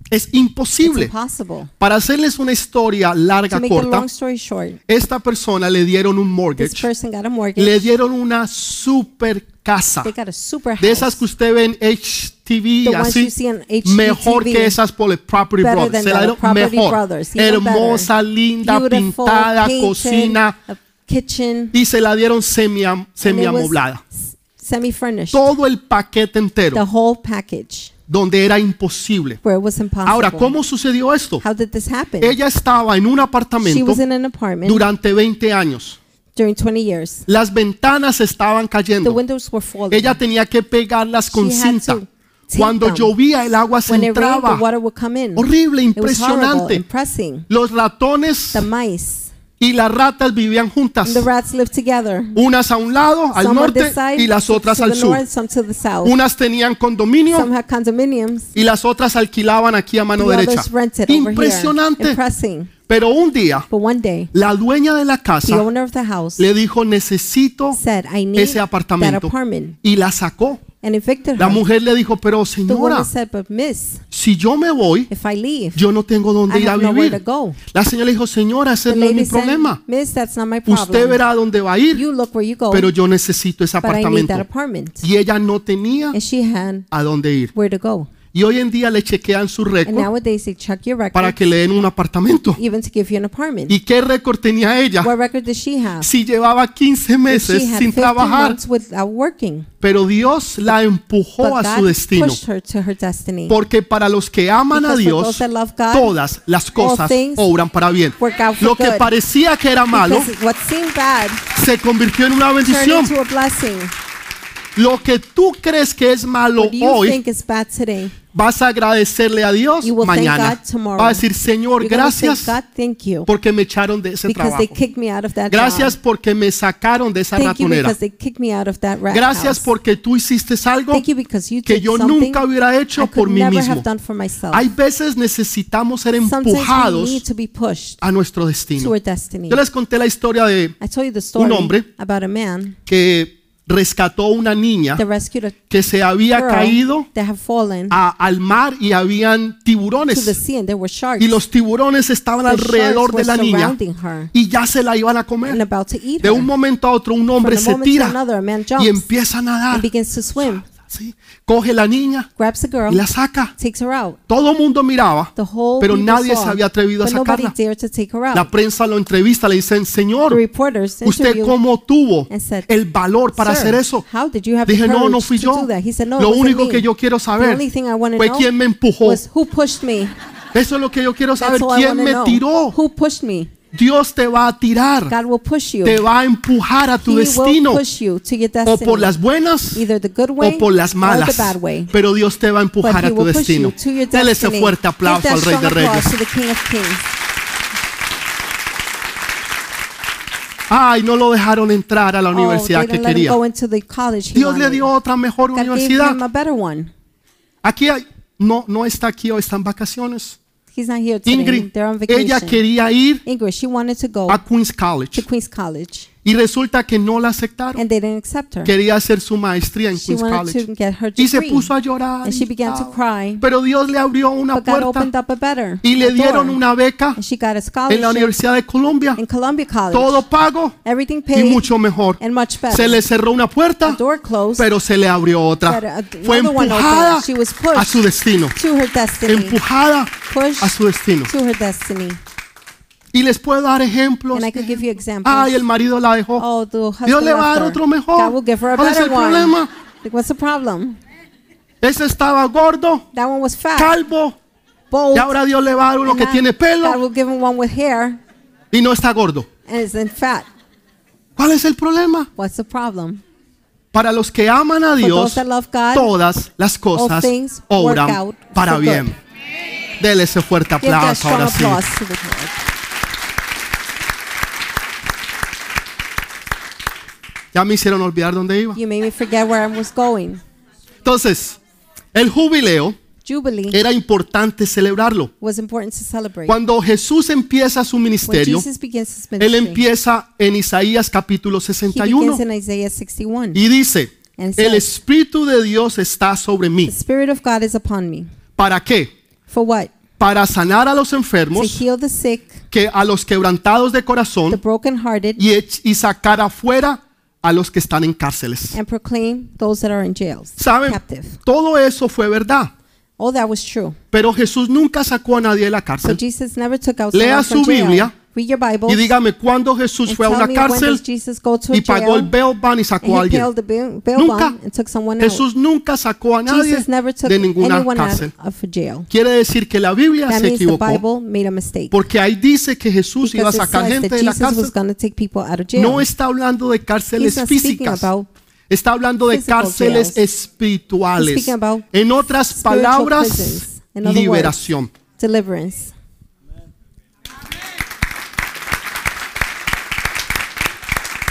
A: Es
B: It's
A: imposible.
B: impossible.
A: Para hacerles una historia
B: To
A: larga
B: make a
A: corta,
B: long story short,
A: esta persona le dieron un
B: this
A: mortgage,
B: person got a mortgage.
A: le dieron una super casa
B: They got a super house.
A: de esas que usted ve en HTV y
B: The ones
A: así.
B: you see on HGTV.
A: Mejor que esas por el Property
B: Better
A: Brothers.
B: than
A: Se la
B: the
A: dieron
B: Property
A: mejor.
B: Brothers, even
A: Hermosa,
B: better.
A: linda,
B: Beautiful,
A: pintada,
B: painted,
A: cocina.
B: a kitchen,
A: Y se la dieron semi,
B: and it was
A: semiamoblada.
B: s- semi-furnished.
A: Todo el paquete entero,
B: The whole package,
A: donde era imposible.
B: where it was impossible.
A: Ahora, ¿cómo sucedió esto?
B: How did this happen?
A: Ella estaba en un
B: she
A: apartamento
B: was in an apartment
A: durante 20 años.
B: during 20 years.
A: Las ventanas estaban
B: The
A: cayendo.
B: windows were falling.
A: Ella tenía que pegarlas con
B: She had
A: cinta.
B: to tape
A: Cuando
B: them.
A: llovía, el agua se
B: when it rained, the
A: entraba.
B: water would come in.
A: Horrible,
B: It was horrible,
A: impresionante.
B: impressing.
A: Los ratones
B: The mice
A: y las ratas vivían juntas.
B: and the rats lived together.
A: Unas a un lado, al
B: Some on
A: norte,
B: this side,
A: y las
B: to
A: otras
B: the
A: al sur.
B: north, some to the south.
A: Unas tenían
B: Some
A: condominio
B: had condominiums.
A: y las otras alquilaban aquí a mano
B: the
A: derecha.
B: others rented over here.
A: Impresionante.
B: Impressing.
A: Pero un día,
B: But one day,
A: la dueña de la
B: the
A: casa
B: owner of the house
A: le dijo, necesito
B: said, I need
A: ese
B: that
A: apartamento.
B: apartment.
A: Y la sacó.
B: And evicted
A: La
B: her.
A: mujer le dijo, pero
B: Uh-huh. The
A: señora,
B: woman said, but miss,
A: si yo me voy,
B: if I leave,
A: yo no tengo dónde
B: I
A: ir a
B: have nowhere to
A: vivir.
B: go.
A: La señora le dijo, señora,
B: The
A: ese no es mi
B: said,
A: problema.
B: miss, that's not my
A: Usted
B: problem.
A: verá dónde va a ir,
B: You look where you go,
A: pero
B: but
A: yo necesito ese
B: I need that
A: apartamento.
B: apartment.
A: Y ella no tenía
B: And she had
A: a dónde ir.
B: where to go.
A: Y hoy en día le chequean su
B: And
A: récord
B: nowadays they check your
A: para
B: record
A: que le den un apartamento.
B: even to give you an apartment.
A: ¿Y qué récord tenía ella?
B: What record does she have?
A: Si llevaba 15
B: If
A: meses
B: She had
A: sin
B: 15
A: trabajar,
B: months without working.
A: pero Dios la empujó
B: But
A: a su
B: God
A: destino.
B: pushed her to her destiny.
A: Porque para los que aman a
B: Because for
A: Dios,
B: those that love God,
A: todas las cosas
B: things
A: obran para bien.
B: work out for
A: Lo que
B: good.
A: parecía que era malo
B: Because what seemed bad
A: se convirtió en una
B: turned
A: bendición.
B: into a blessing.
A: Lo que tú crees que es malo
B: What do you
A: hoy,
B: think is bad today?
A: vas a agradecerle a Dios
B: You will thank
A: mañana.
B: God tomorrow.
A: Va a decir, Señor,
B: You're gonna say,
A: gracias
B: God, thank you.
A: porque me echaron de ese
B: Because
A: trabajo.
B: they kicked me out of that
A: Gracias
B: job.
A: porque me sacaron de esa
B: Thank you
A: ratonera.
B: because they kicked me out of that rat
A: Gracias
B: house.
A: porque tú hiciste algo
B: Thank you because you
A: que
B: did
A: yo
B: something
A: nunca hubiera hecho
B: I
A: por
B: could
A: mí
B: never
A: mismo.
B: have done for myself.
A: Hay veces necesitamos ser
B: Sometimes we need
A: empujados
B: to be pushed
A: a nuestro
B: to
A: destino.
B: our destiny.
A: Yo les conté la historia de
B: I told you the story
A: hombre
B: about a man
A: que rescató una niña
B: that rescued a
A: que se había
B: girl
A: caído
B: that had fallen
A: a- al mar y habían
B: to the
A: tiburones
B: sea and there were sharks.
A: y los tiburones estaban
B: The sharks
A: alrededor
B: were
A: de la niña
B: surrounding her
A: y ya se la iban a
B: and
A: comer.
B: about to eat
A: De
B: her.
A: un momento a otro un hombre
B: From a
A: se
B: moment to
A: tira
B: another, a man
A: y
B: jumps
A: empieza a nadar.
B: and begins to swim
A: ¿sí? Coge la niña
B: grabs the girl,
A: y la saca.
B: takes her out.
A: Todo el mundo miraba,
B: The whole
A: pero
B: people
A: nadie
B: saw,
A: se había atrevido a
B: but nobody
A: sacarla.
B: dared to take her out.
A: La prensa lo entrevista, le dicen,
B: the
A: Señor,
B: reporters
A: ¿usted
B: interviewed
A: cómo tuvo
B: and said,
A: el valor para
B: "Sir,
A: hacer eso?
B: How did you have
A: Dije,
B: the
A: no,
B: courage
A: no fui
B: to
A: yo.
B: do that?" He said, no, it
A: Lo
B: wasn't
A: único
B: me.
A: que yo quiero
B: the
A: saber
B: only thing I wanna
A: fue
B: know
A: quién me empujó.
B: was who pushed me.
A: Eso es lo que yo quiero saber.
B: That's all I
A: ¿Quién
B: wanna
A: me
B: know.
A: tiró?
B: Who pushed me?
A: Dios te va a tirar,
B: God will push you.
A: te va a empujar a tu
B: he
A: destino,
B: will push you to your
A: o
B: destiny.
A: por las buenas
B: either the good way
A: o por las
B: or
A: malas.
B: the bad way.
A: Pero Dios te va a
B: But
A: empujar
B: he
A: a tu
B: will push you
A: destino.
B: to your
A: Dale ese
B: destiny.
A: fuerte aplauso
B: Give
A: al
B: that
A: Rey de
B: strong
A: Reyes.
B: applause to the King of Kings.
A: Ay, no lo dejaron entrar a la
B: oh,
A: universidad
B: they
A: que
B: didn't let
A: quería.
B: him go into the college he
A: Dios le
B: wanted.
A: dio otra mejor
B: God gave
A: universidad.
B: him a better one.
A: Aquí hay- no, no está aquí hoy, está en vacaciones.
B: He's not here today.
A: Ingrid,
B: They're on vacation.
A: ella quería ir
B: Ingrid, she wanted to go
A: a Queens
B: to
A: College
B: Queens College,
A: y resulta que no la aceptaron.
B: and they didn't accept her.
A: Quería hacer su maestría en
B: She
A: Queens
B: wanted
A: College.
B: to get her
A: Y se
B: degree.
A: puso a llorar.
B: And she
A: y
B: began to
A: estaba.
B: cry.
A: Pero Dios le abrió una
B: But God opened
A: puerta
B: up a better
A: y le
B: a
A: dieron
B: door.
A: una beca
B: And she
A: en
B: got a
A: la
B: scholarship
A: Universidad de Colombia.
B: in Columbia College.
A: Todo pago
B: Everything
A: y
B: paid
A: mucho mejor.
B: and much better.
A: Se le cerró una puerta,
B: The door closed
A: pero se le abrió otra.
B: But, uh,
A: Fue
B: another one opened.
A: empujada
B: She was pushed
A: a su destino.
B: to her destiny.
A: Empujada
B: Pushed
A: a su destino.
B: to her destiny.
A: Y les puedo dar ejemplos.
B: And I could give you examples.
A: Ay, el marido la dejó.
B: Oh, the husband
A: Dios le va a
B: left
A: dar
B: her.
A: otro mejor.
B: God will give her a
A: ¿Cuál es
B: better
A: el
B: one.
A: problema?
B: Like, What's the problem?
A: Ese estaba gordo,
B: That one was fat,
A: calvo.
B: bold.
A: Y ahora Dios le va a dar uno
B: and
A: que
B: now
A: tiene
B: Oh. God
A: pelo
B: will give him one with hair
A: y no está gordo.
B: and is in fat.
A: ¿Cuál es el problema?
B: What's the problem?
A: Para los que aman a Dios,
B: those that love God,
A: todas las
B: all
A: cosas
B: things work
A: obran
B: out
A: para
B: for good.
A: bien. Dele ese fuerte
B: Give that
A: aplauso
B: strong
A: ahora sí.
B: applause to the Lord.
A: Ya me hicieron olvidar dónde iba.
B: You made me forget where I was going.
A: Entonces, el jubileo
B: Jubilee
A: era importante celebrarlo.
B: was important to celebrate.
A: Cuando Jesús empieza su
B: When
A: ministerio,
B: Jesus begins his
A: él
B: ministry,
A: empieza en Isaías capítulo
B: he begins
A: 61
B: in Isaiah 61.
A: y dice,
B: And it
A: el
B: says-
A: Espíritu de Dios está sobre mí.
B: The Spirit of God is upon me.
A: ¿Para qué?
B: For what?
A: Para sanar a los
B: To
A: enfermos,
B: heal the sick,
A: que a los quebrantados de
B: the
A: corazón
B: brokenhearted,
A: y, ech- y sacar afuera a los que están en cárceles.
B: and proclaim those that are in jails,
A: ¿Saben?
B: captive.
A: Todo eso fue verdad,
B: All that was true.
A: pero Jesús nunca sacó a nadie de la
B: So
A: cárcel.
B: Jesus never took out
A: Lea
B: someone
A: su
B: from
A: Biblia
B: jail. Read your Bible
A: Y dígame, ¿cuándo Jesús
B: and
A: fue a
B: tell
A: una
B: me when does
A: cárcel
B: Jesus go to a
A: y pagó el
B: jail
A: bail ban y
B: and
A: sacó a
B: he
A: alguien?
B: bailed the bail, bail
A: Nunca.
B: bond and took someone out.
A: Jesús nunca sacó a nadie
B: Jesus never took
A: de ninguna
B: anyone
A: cárcel.
B: out of a jail.
A: Quiere decir que la Biblia
B: That
A: se
B: means the
A: equivocó
B: Bible made a mistake.
A: porque ahí dice que Jesús iba a
B: Because it
A: sacar
B: says
A: gente
B: that
A: de la
B: este Jesus was
A: cárcel.
B: going to take people out of jail.
A: No está hablando de cárceles
B: He's not speaking
A: físicas.
B: about
A: Está hablando de
B: physical
A: cárceles
B: jails. He's
A: espirituales.
B: speaking about
A: En otras
B: spiritual
A: palabras,
B: prisons. In other words,
A: liberación.
B: Deliverance.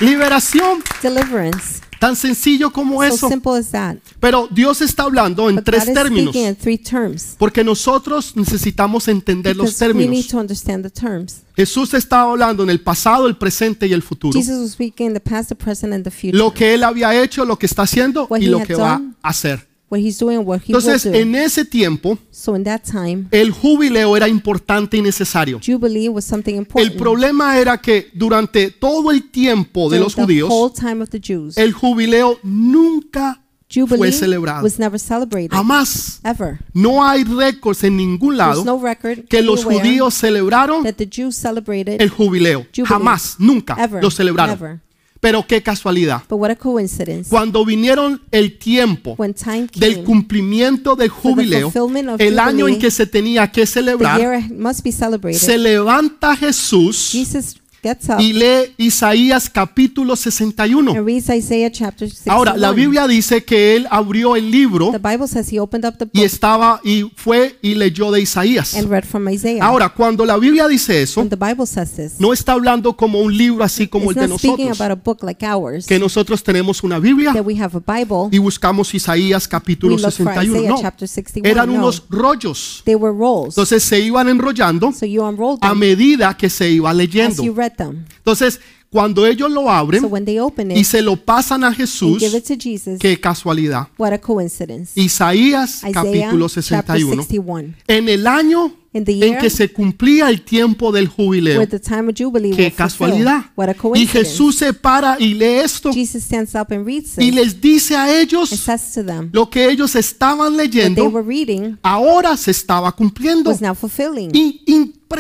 A: Liberación,
B: Deliverance.
A: tan sencillo como
B: So
A: eso.
B: simple as that.
A: Pero Dios está hablando en
B: But God
A: tres
B: is
A: términos.
B: speaking in three terms.
A: Porque nosotros necesitamos entender los
B: Because we need
A: términos.
B: to understand the terms.
A: Jesús está hablando en el pasado, el presente y el futuro.
B: Jesus was speaking in the past, the present, and the future.
A: Lo que él había hecho, lo que está haciendo
B: What
A: y
B: he
A: lo
B: had
A: que va
B: done.
A: a hacer.
B: what he's doing, what he
A: Entonces,
B: will do.
A: en ese tiempo,
B: so in that time,
A: el jubileo era importante y necesario.
B: Jubilee was something
A: El
B: important.
A: problema era que durante todo el tiempo de
B: During
A: los
B: the
A: judíos,
B: whole time of the Jews,
A: el jubileo nunca fue
B: Jubilee
A: celebrado.
B: was never celebrated.
A: Jamás.
B: Ever.
A: No hay récords en ningún
B: There's no
A: lado
B: record
A: que los
B: anywhere
A: judíos celebraron
B: that the Jews celebrated.
A: el jubileo.
B: Jubilee.
A: Jamás, nunca
B: Ever.
A: lo celebraron.
B: Never.
A: Pero qué casualidad.
B: But what a coincidence.
A: Cuando vinieron el tiempo
B: When time
A: del
B: came,
A: cumplimiento del jubileo,
B: fulfillment of
A: el año en
B: Jubilee,
A: que se tenía que
B: the year
A: celebrar,
B: it must be celebrated.
A: se levanta Jesús
B: Jesus gets up
A: y lee Isaías capítulo 61.
B: and reads Isaiah chapter 61.
A: Ahora, la Biblia dice que él abrió el libro
B: the Bible says he opened up the
A: y
B: book
A: estaba y fue y leyó de Isaías.
B: and read from Isaiah.
A: Ahora, cuando la Biblia dice eso,
B: when the Bible says this,
A: no está hablando como un libro así como el
B: it's
A: de
B: not speaking
A: nosotros,
B: about a book like ours,
A: que nosotros tenemos una Biblia
B: that we have a Bible.
A: y buscamos Isaías capítulo
B: We look for
A: 61.
B: Isaiah
A: No,
B: chapter 61,
A: eran
B: no.
A: unos rollos.
B: They were rolls.
A: Entonces se iban enrollando
B: so you unrolled
A: a
B: them
A: medida que se iba
B: as you
A: leyendo.
B: read them.
A: Entonces, cuando ellos lo
B: So
A: abren
B: when they open
A: y
B: it
A: se lo pasan a
B: and
A: Jesús,
B: give it to Jesus,
A: qué casualidad.
B: what a coincidence.
A: Isaías
B: Isaiah
A: capítulo
B: chapter
A: 61.
B: 61.
A: En el año
B: in the year
A: en que se cumplía el tiempo del jubileo.
B: where the time of Jubilee
A: ¡Qué
B: was fulfilled.
A: casualidad!
B: What a
A: Y
B: coincidence.
A: Jesús se para y lee esto
B: Jesus stands up and reads
A: y
B: it
A: les dice a
B: and
A: ellos
B: says to them,
A: lo que ellos estaban
B: what they were
A: leyendo
B: reading
A: ahora se estaba cumpliendo.
B: was now fulfilling,
A: Y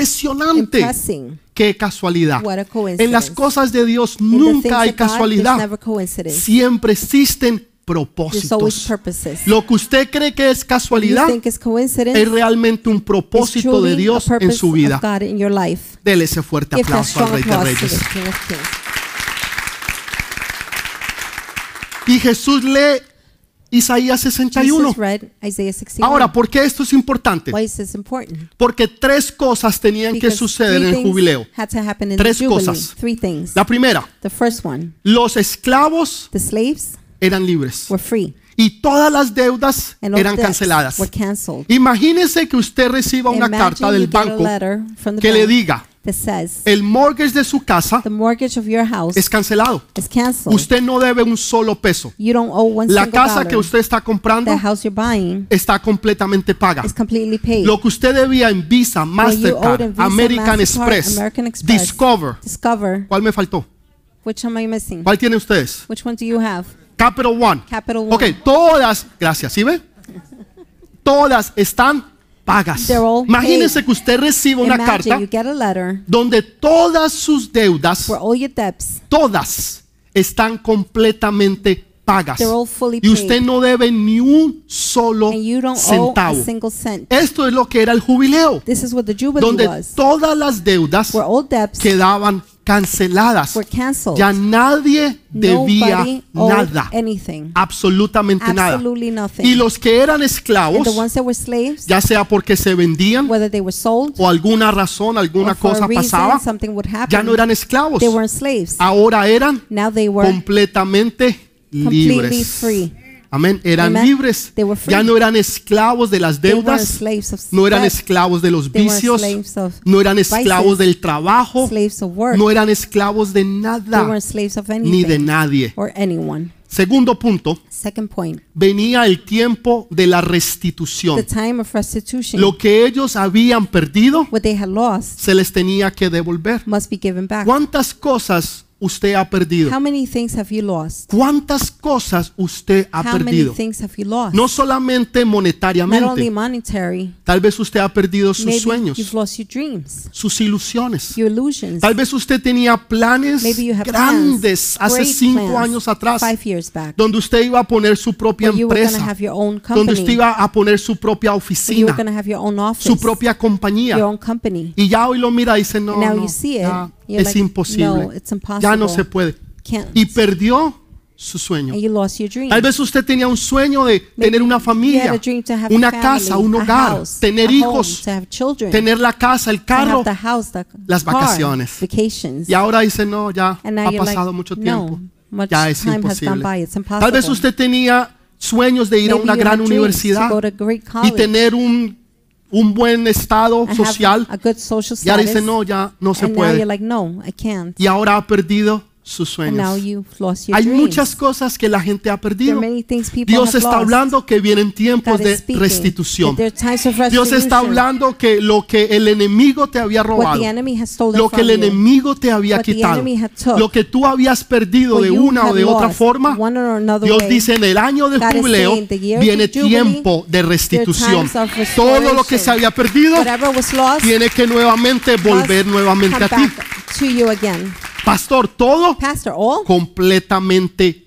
A: impresionante.
B: impressing.
A: ¡Qué casualidad!
B: What a
A: En las
B: coincidence.
A: cosas de Dios
B: In the things
A: nunca hay
B: of God, there's
A: casualidad.
B: never coincidence.
A: Siempre existen
B: There's always
A: propósitos.
B: purposes.
A: Lo que usted cree que es
B: you
A: casualidad
B: think it's coincidence
A: es realmente un
B: is
A: propósito
B: truly
A: de Dios
B: a
A: en
B: purpose
A: su vida.
B: of God in your life.
A: Dele ese fuerte
B: Give that
A: aplauso al
B: strong
A: Rey de
B: applause to
A: Reyes.
B: the King of Kings.
A: Y Jesús lee Isaías 61.
B: Jesus read Isaiah 61.
A: Ahora, ¿por qué esto es importante?
B: Why is this important?
A: Porque tres cosas tenían que
B: Because
A: suceder
B: three
A: en el
B: things
A: jubileo.
B: had to happen in the
A: Tres
B: Jubilee.
A: cosas.
B: Three things.
A: La primera,
B: The first one,
A: los esclavos
B: the slaves
A: eran libres
B: were free
A: y todas las deudas
B: and all
A: eran
B: debts
A: canceladas.
B: were canceled.
A: Imagínese que usted reciba una
B: Imagine
A: carta del
B: you get a
A: banco
B: letter from the
A: que le
B: bank
A: diga,
B: that says
A: el mortgage de su casa
B: the mortgage of your house
A: es cancelado.
B: is canceled.
A: Usted no debe un solo peso.
B: you don't owe one
A: La
B: single
A: casa
B: dollar.
A: que usted está comprando
B: the house you're buying
A: está completamente paga.
B: is completely paid.
A: Lo que usted debía en Visa,
B: owed in
A: Mastercard,
B: Visa,
A: American
B: Mastercard,
A: Express,
B: American Express,
A: Discover.
B: Discover.
A: ¿Cuál me faltó?
B: Which am I missing?
A: ¿Cuál tienen ustedes?
B: Which one do you have?
A: Capital One.
B: Capital One.
A: Ok, todas, gracias, ¿sí ve? Todas están pagas.
B: They're all
A: Imagínese
B: paid.
A: que usted reciba una
B: Imagine
A: carta
B: you get a letter
A: donde todas sus deudas,
B: where all your debts
A: todas, están completamente pagas.
B: They're all fully
A: Y usted
B: paid.
A: no debe ni un solo
B: and you don't owe a
A: centavo.
B: single cent.
A: Esto es lo que era el jubileo,
B: This is what the Jubilee
A: donde
B: was,
A: todas las deudas
B: where all debts
A: quedaban canceladas.
B: were canceled.
A: Ya nadie debía
B: Nobody owed
A: nada,
B: anything.
A: absolutamente nada.
B: Absolutely nothing.
A: Y los que eran
B: and
A: esclavos,
B: the ones that were slaves,
A: ya sea porque se vendían
B: whether they were sold
A: o alguna razón, alguna
B: or for
A: cosa
B: a reason,
A: pasaba,
B: something would happen,
A: ya no eran Ah, esclavos.
B: they weren't slaves.
A: Ahora eran
B: now they were
A: completamente
B: completely
A: libres.
B: free.
A: Amén, eran
B: Amen.
A: libres.
B: They were free.
A: Ya no eran esclavos de las
B: They weren't
A: deudas,
B: slaves of
A: no eran
B: debt,
A: esclavos de los
B: They weren't
A: vicios,
B: slaves of
A: no eran esclavos
B: vices,
A: del trabajo,
B: slaves of work.
A: no eran esclavos de
B: they
A: nada
B: weren't slaves of anything
A: ni de nadie.
B: or anyone.
A: Segundo punto,
B: Second point,
A: venía el tiempo de la
B: the
A: restitución.
B: time of restitution.
A: Lo que ellos habían perdido
B: what they had lost
A: se les tenía que devolver.
B: must be given back.
A: ¿Cuántas cosas usted ha perdido?
B: How many things have you lost?
A: ¿Cuántas cosas usted ha
B: How many
A: perdido?
B: things have you lost?
A: No solamente
B: Not only
A: monetariamente,
B: monetary,
A: tal vez usted ha perdido sus
B: maybe
A: sueños,
B: you've lost your dreams,
A: sus ilusiones.
B: your illusions.
A: Tal vez usted tenía planes
B: Maybe you have
A: grandes
B: plans,
A: hace
B: great
A: cinco
B: plans,
A: años atrás,
B: five years back,
A: donde usted iba a poner su propia
B: where you were going to
A: empresa,
B: have your own
A: donde usted
B: company,
A: iba a poner su propia
B: where you were
A: oficina,
B: going to have your own office,
A: su propia
B: your
A: compañía.
B: own company.
A: Y ya hoy lo mira y dice, no,
B: And now
A: no,
B: you see it,
A: ya
B: you're
A: es
B: like, no,
A: imposible,
B: it's impossible.
A: ya no se puede.
B: Can't.
A: Y perdió su sueño.
B: and you lost your dream.
A: Tal vez usted tenía un sueño de tener una
B: you
A: familia,
B: had a dream to have
A: una
B: a family,
A: casa, un
B: a
A: hogar,
B: house,
A: tener
B: a
A: hijos,
B: home, to have children,
A: tener la casa, el
B: to
A: carro.
B: have the house, the
A: las
B: car,
A: vacaciones.
B: vacations.
A: Y ahora dice, no, ya
B: And now
A: ha
B: you're like,
A: pasado mucho
B: "No,
A: tiempo.
B: much
A: Ya es
B: time has gone
A: imposible.
B: by, it's
A: Tal vez
B: impossible".
A: usted tenía sueños de ir a
B: Maybe
A: una
B: you
A: gran
B: had dreams
A: universidad
B: to go to great
A: y
B: college
A: tener un, un buen estado
B: and have
A: social.
B: a good social
A: Y ahora
B: status,
A: dice, no, ya no se
B: and now you're
A: puede.
B: like, no, I can't.
A: Y ahora ha perdido sus
B: And now
A: sueños.
B: you've lost your
A: Hay
B: dreams.
A: muchas cosas que la gente ha
B: There are
A: perdido.
B: many things people
A: Dios
B: have
A: está
B: lost.
A: hablando que vienen tiempos
B: God
A: de
B: is speaking.
A: restitución.
B: That there are times of
A: Dios está
B: restitution.
A: hablando que lo que el enemigo te había
B: What
A: robado,
B: the enemy has stolen
A: lo que
B: from
A: el
B: you.
A: enemigo te había
B: What the
A: quitado,
B: enemy had took.
A: lo que tú habías perdido
B: What
A: de
B: you
A: una o
B: had
A: de otra
B: lost,
A: forma,
B: one or another
A: Dios
B: way.
A: dice en el año de
B: God is
A: jubileo
B: saying, the year of
A: viene
B: jubilee,
A: tiempo de restitución.
B: times of
A: Todo lo que se
B: restoration.
A: había perdido
B: Whatever was lost
A: tiene que nuevamente volver
B: must
A: nuevamente
B: come
A: a ti.
B: back to you again.
A: Pastor, todo
B: Pastor, all
A: completamente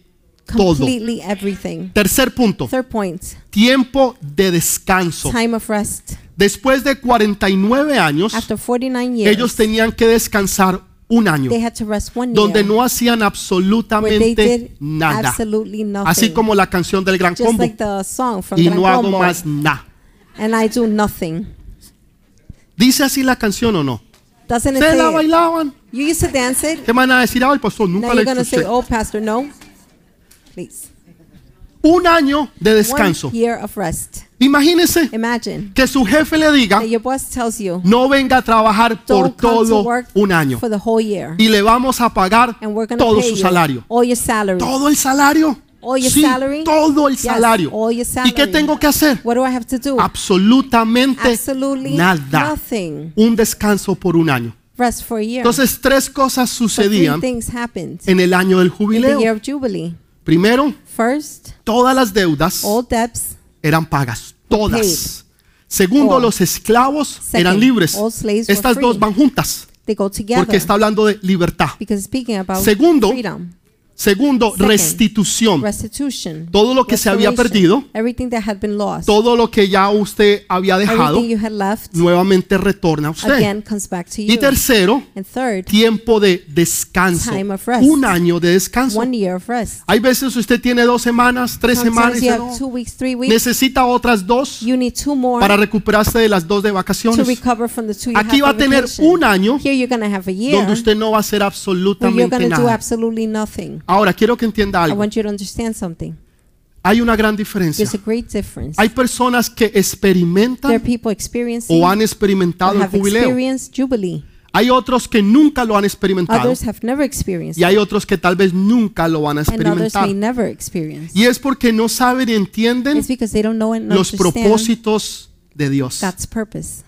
A: todo.
B: completely everything.
A: Tercer punto,
B: Third point,
A: tiempo de descanso.
B: time of rest.
A: Después de 49 años,
B: After 49 years,
A: ellos tenían que descansar un año,
B: they had to rest one
A: donde
B: year.
A: no hacían
B: where they
A: absolutamente
B: did
A: nada.
B: absolutely nothing.
A: Así como la canción del Gran
B: just
A: Combo.
B: like the song from
A: Y
B: Gran
A: no hago
B: Combo,
A: más nada.
B: And I do nothing.
A: ¿Dice así la canción o no?
B: Doesn't it
A: Se la
B: say it?
A: bailaban.
B: You used to dance it.
A: ¿Qué van a decir? Ah, el pastor
B: Now
A: nunca la
B: you're going to say,
A: escuché.
B: oh, Pastor, no. Please.
A: Un año de descanso.
B: One year of rest.
A: Imagínese
B: Imagine
A: que su jefe le diga,
B: that your boss tells you,
A: no venga a trabajar por
B: don't come to
A: Ah. todo
B: work
A: un año.
B: for the whole year.
A: Y le vamos a pagar
B: And we're going to
A: todo
B: pay
A: su
B: you
A: salario.
B: all your salary.
A: Todo el salario.
B: All your
A: Sí,
B: salary.
A: todo el
B: Yes,
A: salario.
B: all your
A: ¿Y qué
B: salary.
A: tengo que hacer?
B: What do I have to do?
A: Absolutamente
B: Absolutely
A: nada.
B: nothing.
A: Un descanso por un año.
B: Rest for a year.
A: Entonces, tres cosas
B: So three
A: sucedían
B: things happened
A: en el año del
B: in the year
A: jubileo.
B: of Jubilee.
A: Primero,
B: First,
A: todas las deudas
B: all debts.
A: eran pagas. Todas. Segundo,
B: All.
A: los esclavos
B: Second,
A: eran libres.
B: all slaves were
A: Estas
B: free.
A: dos van juntas
B: They go together.
A: porque está hablando de libertad.
B: because speaking about
A: Segundo,
B: freedom,
A: Segundo,
B: Second,
A: restitución.
B: restitution,
A: Todo lo que se había
B: restoration,
A: perdido,
B: everything that had been lost,
A: Todo lo que ya usted había dejado
B: everything you had left,
A: nuevamente retorna a usted.
B: again comes back to you.
A: Y tercero,
B: and third,
A: tiempo de descanso.
B: Time of rest.
A: Un año de descanso.
B: one year of rest.
A: Hay veces usted tiene dos semanas, tres semanas, y
B: Sometimes you
A: dice,
B: have two
A: "No,
B: weeks, three weeks.
A: necesita otras dos
B: You need two more
A: para recuperarse de las dos de
B: to
A: vacaciones,
B: recover from the two you
A: Aquí
B: have
A: va a
B: on
A: tener
B: vacation.
A: un año
B: Here you're going to have a year
A: donde usted no va a hacer
B: where you're
A: absolutamente
B: going to do
A: nada.
B: absolutely nothing.
A: Ahora, quiero que entienda
B: I
A: algo.
B: want you to understand something.
A: Hay una gran diferencia.
B: There's a great difference.
A: Hay personas que
B: There are
A: experimentan
B: people experiencing
A: o han
B: or
A: experimentado el
B: have
A: jubileo.
B: experienced jubilee.
A: Hay otros que nunca lo han experimentado
B: Others have never experienced
A: y hay otros que tal vez nunca lo van a
B: and others
A: experimentar.
B: may never experience.
A: Y es porque no saben y entienden
B: It's because they don't know and
A: los
B: understand
A: propósitos de Dios.
B: God's purpose.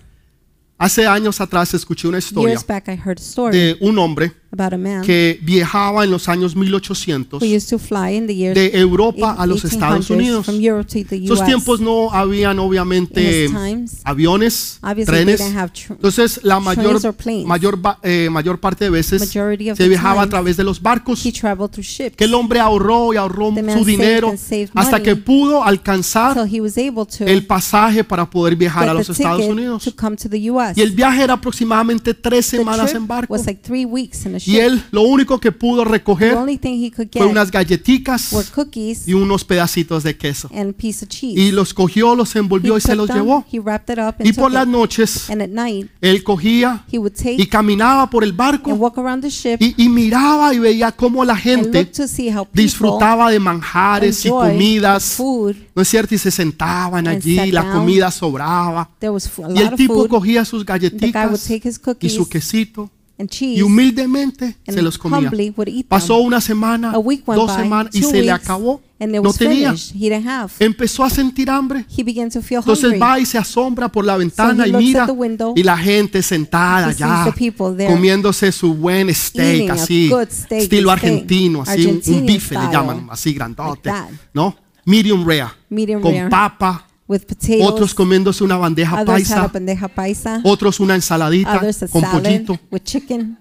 A: Hace años atrás escuché una historia
B: Years back, I heard a story
A: de un hombre
B: about a man
A: que viajaba en los años
B: who
A: 1800
B: used to fly in the years
A: de Europa a los
B: 1800s
A: Estados Unidos.
B: from Europe to the
A: Esos tiempos
B: US.
A: no habían obviamente
B: In his times,
A: aviones,
B: obviously they
A: trenes.
B: didn't have tr-
A: Entonces la mayor,
B: trains or planes.
A: mayor, ba- eh, mayor parte de veces
B: Majority of
A: se
B: the
A: viajaba a
B: time,
A: través de los barcos.
B: He traveled through ships
A: Que el hombre ahorró y ahorró
B: The Este man
A: su
B: saved
A: dinero
B: and saved
A: hasta
B: money
A: que pudo alcanzar
B: until he was able to
A: el pasaje para poder viajar a
B: get
A: los
B: the
A: Estados
B: ticket to
A: Unidos.
B: come to the US.
A: Y el viaje era aproximadamente tres
B: The
A: semanas
B: trip
A: en barco.
B: was like three weeks in a ship.
A: Y él lo único que pudo
B: the
A: recoger
B: only thing he could
A: fue
B: get
A: unas galletitas
B: were cookies
A: y unos pedacitos de queso.
B: and a piece of cheese.
A: Y los cogió, los
B: he,
A: envolvió y se
B: took
A: los
B: them,
A: llevó.
B: he wrapped it up and,
A: Y por
B: took
A: las
B: it.
A: noches
B: and at night
A: él cogía
B: he would
A: y
B: take
A: caminaba por el
B: and
A: barco
B: walk around the ship
A: y, y miraba y veía cómo la
B: and
A: gente
B: look to see how people
A: disfrutaba de manjares y
B: enjoy
A: comidas.
B: food.
A: ¿No es cierto? Y se sentaban
B: And
A: allí,
B: sat
A: la
B: down.
A: comida sobraba.
B: There was fo- a
A: Y el
B: lot of
A: tipo
B: food
A: cogía sus
B: would
A: galletitas
B: take his
A: y
B: cookies
A: su quesito
B: and cheese
A: y humildemente
B: and
A: se los comía.
B: humbly would eat
A: Pasó
B: them.
A: una semana,
B: A week went
A: dos
B: by,
A: semanas y
B: two
A: se le
B: weeks,
A: acabó.
B: and it
A: No
B: was
A: tenía.
B: finished. He didn't have.
A: Empezó a sentir hambre.
B: He began to feel
A: Entonces
B: hungry.
A: va y se asombra por la ventana
B: he
A: y
B: looks
A: mira
B: at the window.
A: y la gente sentada
B: He sees
A: allá
B: the people there
A: comiéndose su buen steak
B: eating a
A: así,
B: good steak,
A: estilo
B: steak,
A: argentino, así un- un,
B: Argentinian
A: bife le
B: style,
A: llaman, así grandote,
B: like that.
A: ¿no? Medium rare,
B: Medium
A: con
B: rare.
A: papa,
B: with potatoes,
A: otros comiéndose una bandeja
B: others had
A: paisa,
B: a bandeja paisa,
A: otros una ensaladita
B: others a
A: con
B: salad
A: pollito,
B: with chicken,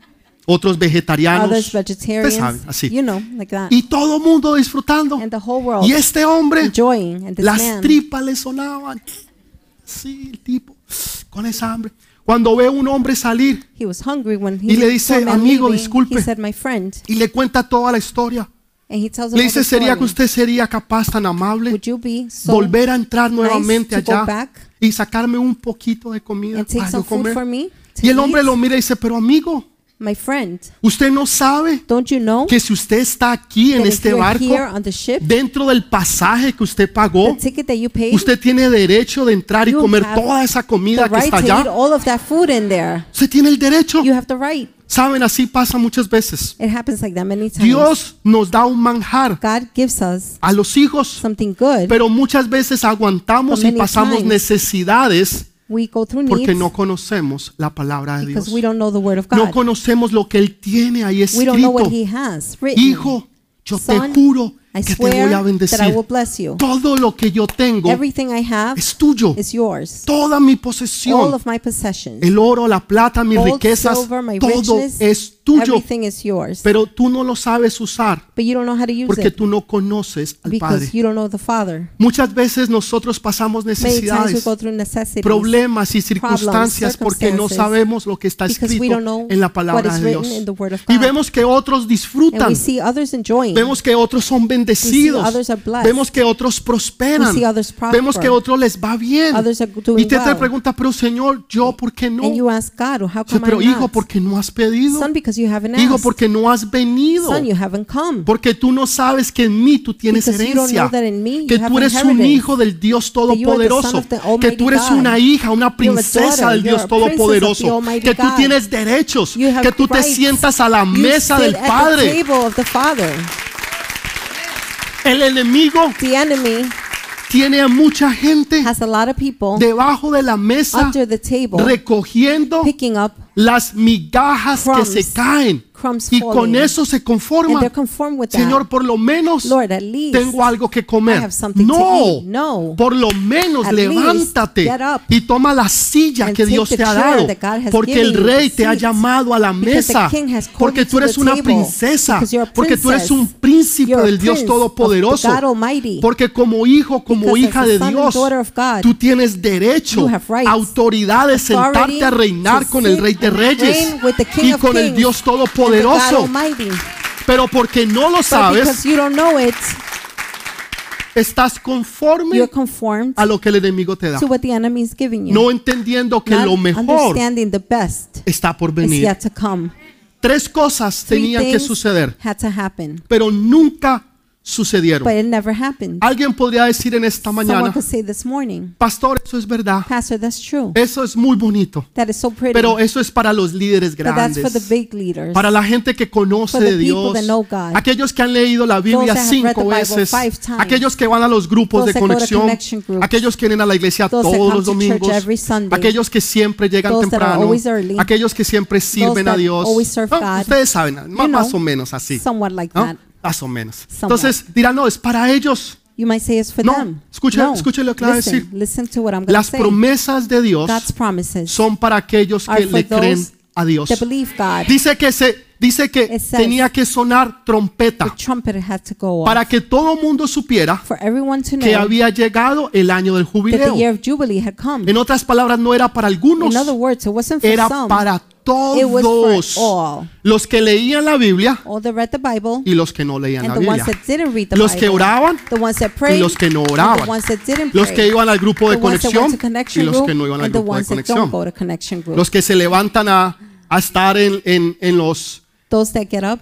A: otros
B: others
A: vegetarianos, ustedes
B: vegetarians,
A: saben, así.
B: you know, like that.
A: Y todo mundo disfrutando.
B: and the whole world
A: Y este hombre
B: enjoying and this
A: Las
B: man
A: tripas le sonaban. Sí, el tipo, con esa hambre. Cuando ve un hombre salir
B: he was hungry when he
A: Y le
B: saw
A: dice,
B: a man
A: "Amigo,
B: leaving."
A: disculpe.
B: he said my friend
A: y le cuenta toda la historia,
B: and he tells him
A: le
B: all
A: dice,
B: the
A: ¿sería que
B: story.
A: usted sería capaz tan amable
B: would you be so
A: volver a entrar
B: nice
A: nuevamente
B: to go
A: allá
B: back
A: y sacarme un poquito de comida
B: and take
A: para yo
B: some food
A: comer?
B: for me to
A: Y el hombre
B: eat?
A: lo mira y dice, pero amigo,
B: my friend
A: usted no sabe
B: don't you know
A: que si usted está aquí en
B: that if
A: este
B: you're
A: barco,
B: here on the ship
A: dentro del pasaje que usted pagó,
B: the ticket that you paid
A: usted tiene derecho de entrar y
B: You
A: comer
B: have
A: toda esa
B: the
A: comida que
B: right
A: está
B: to eat
A: allá.
B: all of that food in there
A: Usted tiene el derecho.
B: you have the right
A: Saben, así pasa muchas veces.
B: it happens like that many times
A: Dios nos da un manjar
B: God gives us
A: a los hijos,
B: something good
A: pero muchas veces aguantamos
B: But
A: y
B: many
A: pasamos
B: times
A: necesidades
B: we go through
A: porque
B: needs
A: no conocemos la palabra de Dios.
B: because we don't know the word of
A: No
B: God
A: conocemos lo que Él tiene ahí
B: we don't know what
A: escrito.
B: he has written
A: Hijo, yo te
B: Son,
A: juro
B: I
A: que te
B: swear
A: voy a
B: that I
A: bendecir.
B: will bless you
A: Todo lo que yo tengo
B: everything I have
A: es tuyo.
B: is yours
A: Toda mi
B: all
A: posesión,
B: of my possessions
A: el oro, la plata, mis
B: Gold,
A: riquezas,
B: silver, my
A: todo
B: riches,
A: es tuyo.
B: Everything is yours.
A: Pero tú no lo sabes usar
B: but you don't know how to use
A: porque
B: it
A: tú no conoces al Padre.
B: because you don't know the Father.
A: Muchas veces nosotros pasamos
B: Many times we
A: necesidades,
B: go through necessities
A: problemas y circunstancias porque no
B: circumstances,
A: sabemos lo que está
B: because we
A: escrito
B: don't know
A: en la
B: what
A: palabra
B: is
A: de
B: written
A: Dios.
B: in the Word of
A: Y
B: God.
A: vemos que otros
B: and we
A: disfrutan,
B: see others enjoying.
A: vemos que otros son bendecidos,
B: others are blessed.
A: vemos que otros prosperan,
B: We see others prosper.
A: vemos que otros les va bien.
B: Others are doing
A: Y te te
B: well.
A: pregunta, pero Señor, ¿yo por qué no?
B: and you ask God, "Oh, how
A: Sí,
B: come
A: Pero
B: I
A: hijo,
B: not?
A: ¿por qué no has pedido?
B: Son, because you haven't
A: Hijo,
B: asked.
A: ¿por qué no has venido?
B: Son, you haven't come.
A: Porque tú no sabes que en mí tú tienes
B: Because you don't
A: herencia,
B: know that in me you
A: que
B: have
A: tú eres un
B: inheritance,
A: hijo del Dios
B: you are the son
A: Todopoderoso,
B: of the
A: que
B: Almighty
A: tú eres
B: God.
A: una hija, una
B: You're a
A: princesa
B: daughter,
A: del Dios
B: you're a princess of the
A: Todopoderoso,
B: Almighty
A: que tú
B: God.
A: tienes derechos,
B: You have
A: que tú te
B: rights.
A: sientas a la
B: You
A: mesa
B: sit
A: del
B: at the
A: Padre.
B: table of the Father.
A: El enemigo
B: The enemy
A: tiene a mucha gente
B: has a lot of people
A: debajo de la mesa
B: under the table
A: recogiendo
B: picking up
A: las migajas que se
B: Crumbs.
A: caen
B: Crumbs
A: y
B: falling.
A: con eso se
B: and
A: conforman.
B: they're conformed with that.
A: Señor, por lo menos
B: Lord, at least
A: tengo algo que
B: I
A: comer.
B: have something to
A: No,
B: eat. No.
A: por lo menos
B: At least
A: levántate
B: get up
A: y toma la silla
B: and
A: que
B: take
A: Dios
B: the
A: te ha
B: chair
A: dado,
B: that God has
A: porque el
B: given you,
A: rey
B: the
A: te ha
B: seat.
A: llamado a la
B: Because the
A: mesa,
B: king has called
A: porque
B: you
A: tú
B: to
A: eres
B: the
A: una
B: table,
A: princesa,
B: because you're a
A: porque tú eres
B: princess,
A: un príncipe
B: you're a
A: del Dios
B: prince of the
A: todopoderoso,
B: God Almighty,
A: porque como hijo, como
B: because as
A: hija
B: a
A: de
B: son and
A: Dios,
B: daughter of God,
A: tú tienes derecho,
B: you have rights,
A: autoridad de sentarte a
B: authority
A: reinar
B: to
A: con el
B: sit
A: rey de
B: and
A: reyes
B: reign with the King
A: y
B: of
A: con el
B: Kings
A: Dios
B: and the God
A: todopoderoso,
B: Almighty.
A: pero porque no lo
B: But
A: sabes,
B: because you don't know it,
A: estás
B: you're
A: conforme
B: conformed
A: a lo que el enemigo te da,
B: to what the enemy is giving you.
A: no entendiendo que
B: Not
A: lo mejor
B: understanding the best
A: está por
B: is
A: venir.
B: yet to come.
A: Tres cosas
B: Three
A: tenían que
B: things
A: suceder,
B: had to happen,
A: pero nunca sucedieron.
B: but it never happened.
A: Alguien podría decir en esta
B: Someone
A: mañana,
B: could say this morning,
A: pastor, eso es verdad,
B: Pastor, that's true.
A: eso es muy bonito,
B: That is so pretty.
A: pero eso es para los líderes
B: but that's for the
A: grandes.
B: big leaders.
A: Para la gente que conoce
B: For the
A: de
B: people
A: Dios,
B: that know God.
A: aquellos que han leído la Biblia
B: that have read the
A: cinco
B: Bible
A: veces,
B: five times.
A: aquellos que van a los grupos
B: Those
A: de
B: that go to
A: conexión,
B: connection groups.
A: aquellos que vienen a la iglesia
B: Those that
A: todos
B: come
A: los
B: to church
A: domingos,
B: every Sunday.
A: aquellos que siempre llegan
B: Those that are
A: temprano,
B: always early.
A: aquellos que siempre sirven a
B: that
A: Dios.
B: always serve
A: Ah,
B: God.
A: Ustedes saben, más,
B: know,
A: más o menos así.
B: somewhat like
A: ¿no?
B: that.
A: Más o menos.
B: Somewhat.
A: Entonces dirán, no, es para ellos.
B: You might say it's for
A: No,
B: them.
A: escuche- escuche lo que voy a
B: listen,
A: decir.
B: listen to what I'm going to
A: Las
B: say.
A: promesas de Dios
B: God's promises
A: son para aquellos
B: are
A: que
B: for
A: le creen
B: those
A: a Dios.
B: that believe God.
A: Dice que se dice que
B: It says-
A: tenía que sonar trompeta.
B: The trumpet had to go off
A: para que todo mundo supiera
B: for everyone to
A: que
B: know
A: había llegado el año del
B: that the
A: jubileo.
B: year of Jubilee had come.
A: En otras palabras, no era para algunos,
B: In other words, it wasn't for
A: era
B: some.
A: para todos.
B: all.
A: Los que leían la Biblia
B: All that read the Bible
A: y los que no leían
B: and
A: la
B: the
A: Biblia.
B: ones that didn't read the
A: Los que
B: Bible.
A: oraban
B: The ones that
A: y
B: prayed
A: los que no
B: and
A: oraban.
B: the ones that didn't
A: Los que
B: pray.
A: iban al grupo de
B: The ones that went
A: conexión
B: to
A: y
B: connection
A: los que
B: group
A: no iban al
B: and the
A: grupo de
B: ones that don't
A: conexión.
B: go to connection group.
A: Los que se levantan a, a estar en, en- en los,
B: Those that get up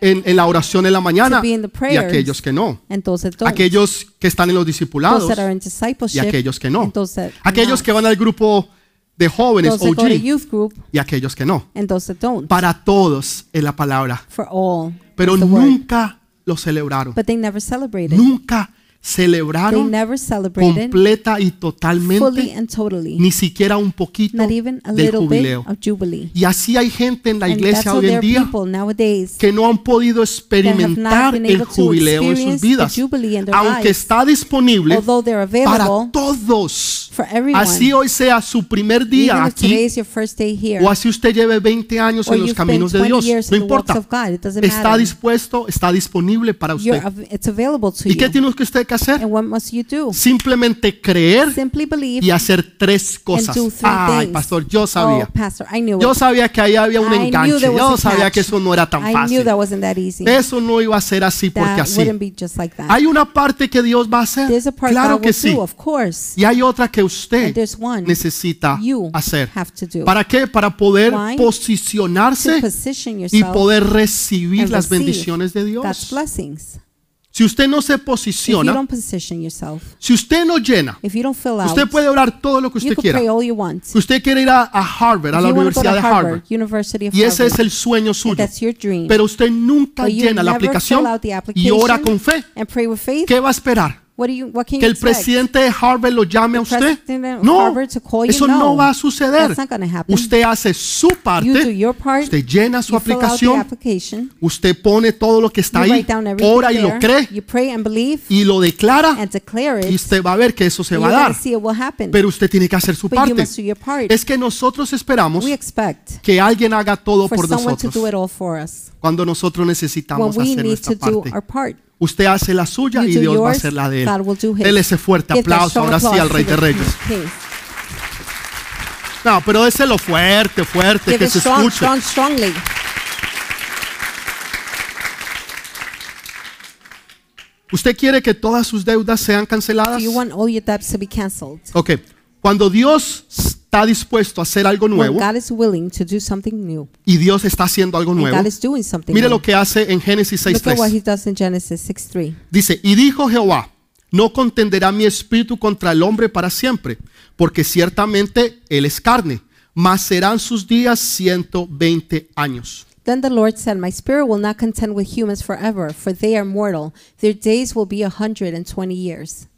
A: en, en la oración en la mañana
B: to be in the
A: y
B: prayers
A: aquellos que no.
B: and those that don't.
A: Aquellos que están en los
B: those
A: discipulados
B: that are in
A: y
B: discipleship
A: aquellos que no.
B: and those that are
A: Aquellos
B: not.
A: que van al grupo de jóvenes,
B: those that go to
A: OG,
B: youth group
A: y aquellos que no.
B: and those that don't.
A: Para todos es la palabra.
B: For all.
A: Pero
B: is the word.
A: nunca lo celebraron.
B: But they never celebrated.
A: Nunca
B: They
A: celebraron
B: never celebrated
A: completa y
B: fully
A: totalmente,
B: and totally.
A: ni siquiera un poquito
B: Not even a
A: del
B: little bit
A: jubileo.
B: of Jubilee.
A: Y así hay gente en la
B: And that's
A: iglesia
B: how
A: hoy
B: there
A: en
B: are
A: día
B: people nowadays
A: que no han podido
B: have not
A: experimentar
B: been
A: el
B: able to
A: jubileo en sus
B: experience
A: vidas,
B: the jubilee in their
A: aunque
B: lives.
A: está disponible
B: Although they're
A: para
B: available
A: todos.
B: for everyone.
A: Así hoy sea su primer día
B: Even if
A: aquí
B: today is your first day here.
A: O así usted lleve 20 años
B: Or
A: en los
B: you've
A: caminos de
B: been
A: Dios,
B: 20 years
A: no
B: in the walks
A: importa.
B: of God, it doesn't
A: Está
B: matter.
A: dispuesto, está disponible para
B: You're,
A: usted.
B: av- it's available to
A: ¿Y qué
B: you.
A: tiene usted que hacer?
B: And what must you do?
A: Simplemente creer
B: Simply believe
A: y hacer tres
B: and
A: cosas.
B: do three
A: Ay,
B: things.
A: pastor, yo sabía.
B: Oh, pastor, I knew
A: Yo
B: it.
A: sabía que ahí había un
B: I knew
A: enganche.
B: there was
A: Yo
B: a
A: sabía
B: catch.
A: que eso no era tan
B: I knew
A: fácil.
B: that wasn't that easy.
A: Eso no iba a ser así porque
B: that
A: así.
B: wouldn't be just like that.
A: Hay una parte que Dios va a hacer.
B: There's a part
A: Claro
B: God will
A: que sí.
B: do, of course.
A: Y hay otra que usted
B: And there's one
A: necesita
B: you
A: hacer.
B: have to do.
A: ¿Para qué? Para poder
B: Why? To
A: posicionarse
B: position
A: y
B: yourself
A: poder recibir
B: and
A: las
B: receive
A: bendiciones de
B: God's
A: Dios.
B: blessings.
A: Si usted no se
B: If you
A: posiciona,
B: don't position yourself,
A: si usted no llena,
B: if you don't fill out,
A: usted puede orar todo lo que
B: you
A: usted
B: can
A: quiera.
B: pray all you want.
A: Usted quiere ir a, a Harvard, a
B: If
A: la
B: you want to go
A: Universidad de
B: to
A: Harvard,
B: Harvard, University of
A: y ese es
B: Harvard,
A: el sueño suyo,
B: that's your dream.
A: pero usted nunca
B: But you
A: llena la
B: never
A: aplicación
B: fill out the
A: y ora con fe,
B: and pray with faith.
A: ¿qué va a esperar?
B: What do you? What can
A: ¿Que
B: you
A: el
B: expect?
A: presidente de Harvard lo llame a usted?
B: president of
A: No,
B: Harvard to call you?
A: eso
B: No.
A: no va a suceder.
B: That's not gonna happen.
A: Usted hace su
B: you do
A: parte,
B: your part.
A: usted llena su
B: you fill out the
A: aplicación,
B: application.
A: usted pone todo lo que está
B: you
A: ahí,
B: write down everything
A: ora y lo
B: there,
A: cree,
B: You pray and believe
A: y lo declara
B: and declare it.
A: y usted va a ver que eso se
B: and
A: va a
B: you're gonna
A: dar.
B: see it will happen.
A: Pero usted tiene que hacer su
B: but you
A: parte.
B: must do your part.
A: Es que nosotros esperamos
B: we expect
A: que alguien haga todo
B: for
A: por
B: someone to do
A: nosotros
B: it all for us
A: cuando nosotros
B: when
A: necesitamos
B: we
A: hacer
B: need
A: nuestra
B: to do
A: parte.
B: our part.
A: Usted hace la suya
B: You
A: y
B: do
A: Dios va a
B: yours,
A: hacer la de él.
B: God will do his.
A: Dele ese fuerte
B: Give that
A: aplauso
B: strong
A: ahora sí
B: applause
A: al Rey
B: to
A: de
B: the
A: Reyes.
B: King of Kings.
A: No, pero déselo fuerte, fuerte,
B: Give
A: que
B: it
A: se
B: strong,
A: escuche.
B: strong, strongly.
A: ¿Usted quiere que todas sus deudas sean canceladas?
B: Do you want all your debts to be canceled?
A: Ok. Cuando Dios está dispuesto a hacer algo
B: When
A: nuevo
B: God is willing to do something new,
A: y Dios está haciendo algo
B: and
A: nuevo,
B: God is doing something
A: mire
B: new.
A: lo que hace en Génesis
B: Look at what
A: 6.3.
B: He does in Genesis 6:3.
A: Dice, y dijo Jehová, no contenderá mi espíritu contra el hombre para siempre, porque ciertamente él es carne, mas serán sus días 120 años.
B: Then the Lord said, My spirit will not contend with humans forever, for they are mortal. Their days will be a hundred and twenty years.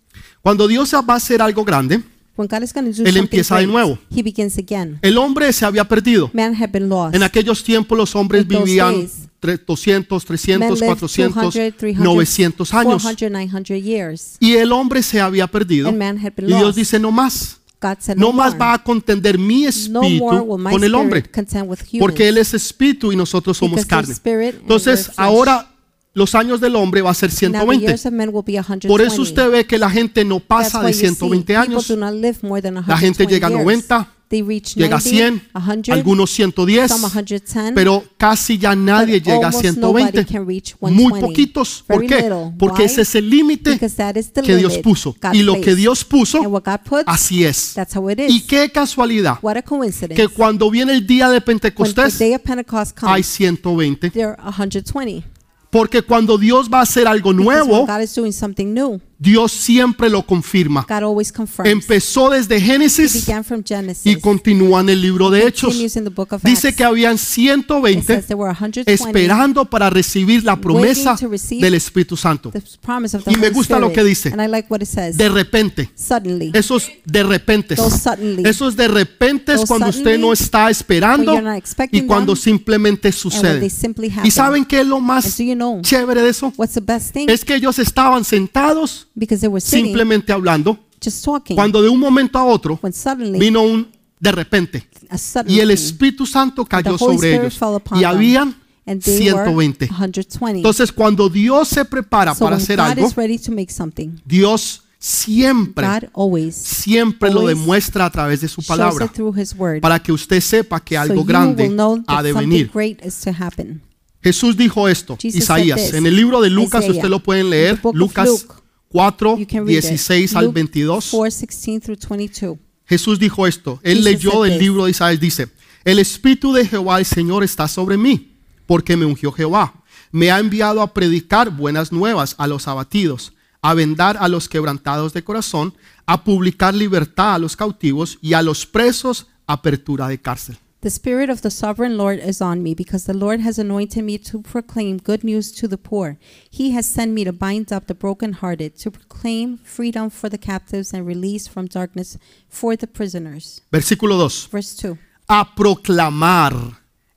A: Cuando Dios va a hacer algo grande,
B: When God is going to do
A: Él
B: something
A: empieza de
B: great,
A: nuevo.
B: He begins again.
A: el hombre se había perdido.
B: Man had been lost.
A: En aquellos tiempos los hombres
B: Entonces,
A: vivían tre- 200,
B: Man
A: 300,
B: lived
A: 400,
B: 200, 300,
A: 900 años.
B: 400, 900 years.
A: Y el hombre se había perdido.
B: And man had been
A: Y Dios
B: lost.
A: dice, no más.
B: God said,
A: No más
B: more.
A: va a contender mi
B: no more
A: espíritu
B: will my
A: con el hombre.
B: spirit contend with humans.
A: Porque Él es espíritu y nosotros somos
B: Because
A: carne.
B: their spirit and their
A: Entonces,
B: flesh.
A: ahora los años del hombre va a ser
B: Now the
A: 120.
B: years of men will be 120.
A: Por eso usted ve que la gente no
B: That's
A: pasa
B: why
A: de
B: you see
A: 120
B: people
A: años,
B: do not live more than
A: La gente
B: 120
A: llega a
B: years.
A: 90,
B: They reach
A: llega a
B: 90,
A: 100,
B: 100,
A: algunos 110,
B: some 110,
A: pero casi ya nadie
B: but
A: llega a
B: almost nobody
A: 120.
B: can reach 120.
A: Muy poquitos. ¿Por
B: Very
A: qué?
B: little.
A: Porque
B: Why?
A: ese es el límite
B: Because that is the
A: que Dios
B: limit
A: puso.
B: God
A: Y lo
B: placed.
A: que Dios
B: And
A: puso,
B: what God puts,
A: así es.
B: that's how it is.
A: Y qué casualidad
B: what a coincidence.
A: que cuando viene el día de
B: when the
A: Pentecostés
B: day of Pentecost
A: hay
B: comes,
A: 120.
B: there are 120.
A: Porque cuando Dios va a hacer algo
B: Because when
A: nuevo,
B: God is doing something new.
A: Dios siempre lo confirma.
B: God always confirms.
A: Empezó desde
B: It
A: Génesis
B: began from Genesis.
A: y continúa en el libro de Hechos.
B: Continues in the book of
A: Dice
B: Acts.
A: que habían
B: It says
A: 120
B: there were 120
A: esperando para recibir la promesa
B: to receive
A: del Espíritu Santo.
B: the promise of the
A: Y me
B: Holy
A: gusta lo
B: Spirit.
A: que dice.
B: And I like what it says.
A: De repente.
B: Suddenly.
A: Esos de repentes.
B: Those suddenly.
A: Esos de repente es
B: Those
A: cuando usted
B: suddenly,
A: no está esperando
B: when you're not expecting
A: y cuando
B: them,
A: simplemente
B: and when
A: sucede.
B: they simply
A: ¿Y
B: happen.
A: saben qué es lo más
B: And do you know
A: chévere de eso?
B: what's the best thing?
A: Es que ellos estaban sentados
B: because they were sitting,
A: simplemente hablando
B: just talking.
A: cuando de un momento a otro
B: when suddenly,
A: vino un de repente
B: a sudden
A: y el
B: thing,
A: Espíritu Santo
B: Mm-hmm. the
A: cayó
B: Holy
A: sobre
B: Spirit
A: ellos
B: fell upon
A: y
B: them,
A: habían
B: and they were
A: 120.
B: 120.
A: Entonces cuando Dios se prepara
B: so
A: para
B: when
A: hacer
B: God
A: algo,
B: is ready to make something,
A: Dios siempre,
B: God always
A: siempre lo
B: always
A: demuestra a través de su
B: shows
A: palabra
B: it through His Word.
A: para que usted sepa que
B: so
A: algo
B: you will
A: grande
B: know that
A: ha de
B: something
A: venir.
B: great is to happen.
A: Jesús dijo esto,
B: Jesus said
A: Isaías,
B: this.
A: en el libro de Lucas
B: Isaiah.
A: usted lo pueden
B: In
A: leer,
B: the book of
A: Lucas
B: Luke.
A: 4,
B: You can read it.
A: 16 al
B: Luke
A: 22.
B: 4, 16 through 22.
A: Jesús dijo esto. Él
B: Jesus
A: leyó
B: said
A: del
B: this.
A: libro de Isaías. Dice, el Espíritu de Jehová, el Señor, está sobre mí, porque me ungió Jehová. Me ha enviado a predicar buenas nuevas a los abatidos, a vendar a los quebrantados de corazón, a publicar libertad a los cautivos y a los presos apertura de cárcel.
B: The Spirit of the Sovereign Lord is on me, because the Lord has anointed me to proclaim good news to the poor. He has sent me to bind up the brokenhearted, to proclaim freedom for the captives and release from darkness for the prisoners.
A: Versículo 2.
B: Verse 2.
A: A proclamar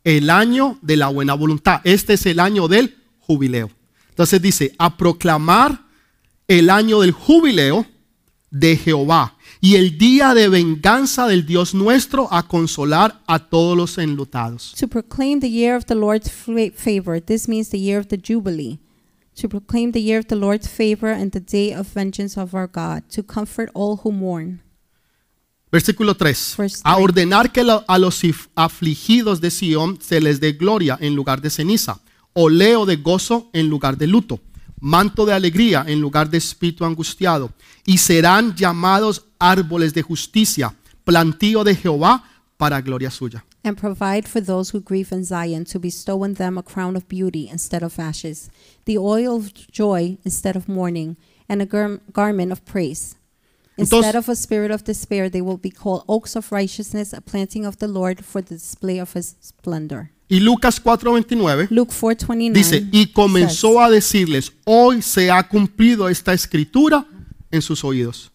A: el año de la buena voluntad. Este es el año del jubileo. Entonces dice, a proclamar el año del jubileo de Jehová y el día de venganza del Dios nuestro a consolar a todos los enlutados.
B: To proclaim the year of the Lord's fa- favor. This means the year of the Jubilee. To proclaim the year of the Lord's favor and the day of vengeance of our God. To comfort all who mourn.
A: Versículo 3.
B: Verse
A: A
B: three.
A: ordenar que lo- a los if- afligidos de Sión se les dé gloria en lugar de ceniza, oleo de gozo en lugar de luto, manto de alegría en lugar de espíritu angustiado, y serán llamados árboles de justicia, plantío de Jehová para gloria suya.
B: And provide for those who grieve in Zion, to bestow on them a crown of beauty instead of ashes, the oil of joy instead of mourning, and a gar- garment of praise. Instead
A: Entonces-
B: of a spirit of despair, they will be called oaks of righteousness, a planting of the Lord for the display of his splendor.
A: Y Lucas 4:29
B: Luke 4:29
A: dice, y
B: says,
A: comenzó a decirles, hoy se ha cumplido esta escritura en sus oídos.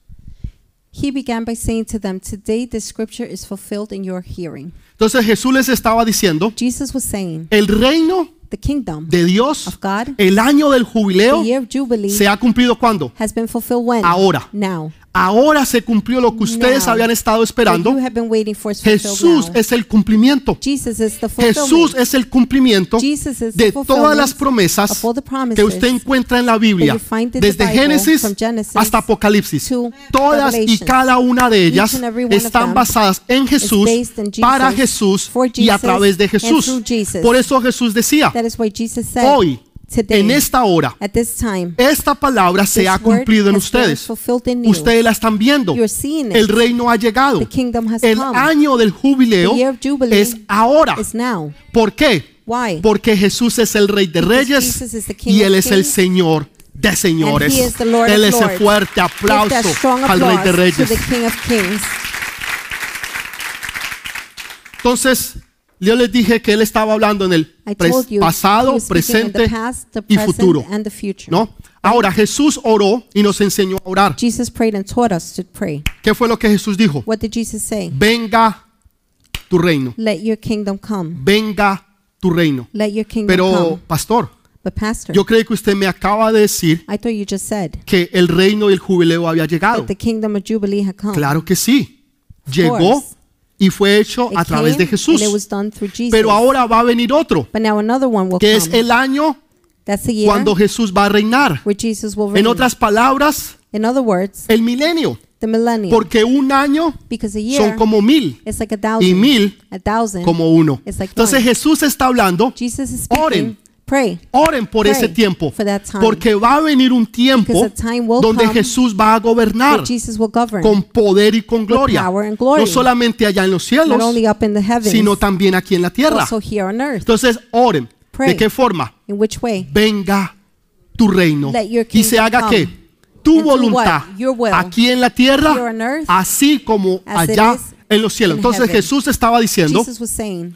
B: He began by saying to them, "Today this scripture is fulfilled in your hearing."
A: Entonces Jesús les estaba diciendo,
B: Jesus was saying,
A: el reino
B: "The kingdom
A: de Dios,
B: of God,
A: el año del
B: the
A: jubileo,
B: year of jubilee,
A: se ha cumplido cuando.
B: has been fulfilled when
A: Ahora.
B: now."
A: Ahora se cumplió lo que ustedes
B: Now.
A: habían estado
B: What
A: esperando.
B: you have been waiting for is fulfilled
A: Jesús
B: now.
A: es el cumplimiento.
B: Jesus is the
A: Jesús
B: fulfillment
A: es el cumplimiento
B: Jesus is the
A: de todas las
B: fulfillment
A: promesas
B: of all the promises
A: que usted encuentra en la Biblia,
B: that you find in the
A: desde
B: Bible,
A: Génesis
B: from Genesis
A: hasta Apocalipsis.
B: to
A: Todas y
B: Revelations.
A: cada una de ellas
B: and every one of
A: están
B: them
A: basadas en Jesús,
B: based in Jesus,
A: para Jesús
B: for
A: y a
B: Jesus,
A: través de
B: and
A: Jesús.
B: through Jesus.
A: Por eso Jesús decía,
B: That is why Jesus said,
A: hoy,
B: today,
A: en esta hora,
B: at this time,
A: Esta palabra se
B: This
A: ha
B: word
A: cumplido en
B: has been
A: ustedes.
B: fulfilled in you.
A: Ustedes la están viendo.
B: You're seeing it.
A: El reino ha llegado.
B: The kingdom has
A: El
B: come.
A: año del jubileo
B: The year of jubilee
A: es ahora.
B: is now.
A: ¿Por qué?
B: Why?
A: Porque Jesús es el rey de
B: Because
A: reyes
B: Jesus is the King
A: y
B: of
A: Él es el
B: kings.
A: Señor de
B: and he
A: señores.
B: is the Lord
A: Él
B: of
A: es el
B: lords.
A: fuerte
B: Give that
A: aplauso
B: strong
A: al rey de
B: applause to
A: reyes.
B: the King of Kings.
A: Entonces, Yo les dije que él estaba hablando en el
B: I
A: pres-
B: told you,
A: pasado,
B: he was speaking in
A: presente
B: the past, the
A: y
B: present,
A: futuro.
B: and the future.
A: ¿no? Ahora Jesús oró y nos enseñó a orar.
B: Jesus prayed and taught us to pray.
A: ¿Qué fue lo que Jesús dijo?
B: What did Jesus say?
A: Mm. Venga tu reino,
B: Let your kingdom come.
A: venga tu reino.
B: Let your kingdom
A: Pero,
B: come.
A: pastor,
B: But pastor,
A: yo creo que usted me acaba de decir
B: I thought you just said
A: que el reino y el jubileo había llegado.
B: that the kingdom of Jubilee had come.
A: Claro que sí. Llegó
B: course.
A: y fue hecho
B: It
A: a través de
B: came
A: Jesús.
B: and it was done through Jesus.
A: Pero ahora va a venir otro,
B: but now another one will
A: que
B: come.
A: es el año
B: That's the year
A: cuando Jesús va a reinar.
B: where Jesus will
A: En
B: reign.
A: otras palabras,
B: in other words,
A: el milenio.
B: the millennium.
A: Porque un año
B: because a year
A: son como mil,
B: it's like a thousand.
A: mil
B: a thousand.
A: como uno.
B: It's like
A: Entonces
B: one.
A: Jesús está hablando,
B: Jesus is speaking.
A: Oren.
B: Pray.
A: oren por
B: Pray
A: ese tiempo,
B: for that time.
A: porque va a venir un tiempo
B: Because the time will
A: donde
B: come
A: Jesús va a gobernar
B: that Jesus will govern.
A: con poder y con gloria,
B: power and glory.
A: no solamente allá en los
B: not
A: cielos,
B: only up in the heavens,
A: sino también aquí en la tierra.
B: also here on earth.
A: Entonces oren, ¿de
B: Pray.
A: qué forma?
B: In which way?
A: Venga tu reino
B: Let your
A: y se
B: kingdom
A: haga
B: come.
A: que tu
B: And do
A: voluntad
B: what? Your will.
A: aquí en la tierra,
B: Here on earth,
A: así como
B: as it
A: allá
B: is
A: en los cielos.
B: in
A: Entonces
B: heaven.
A: Jesús estaba diciendo,
B: Jesus was saying,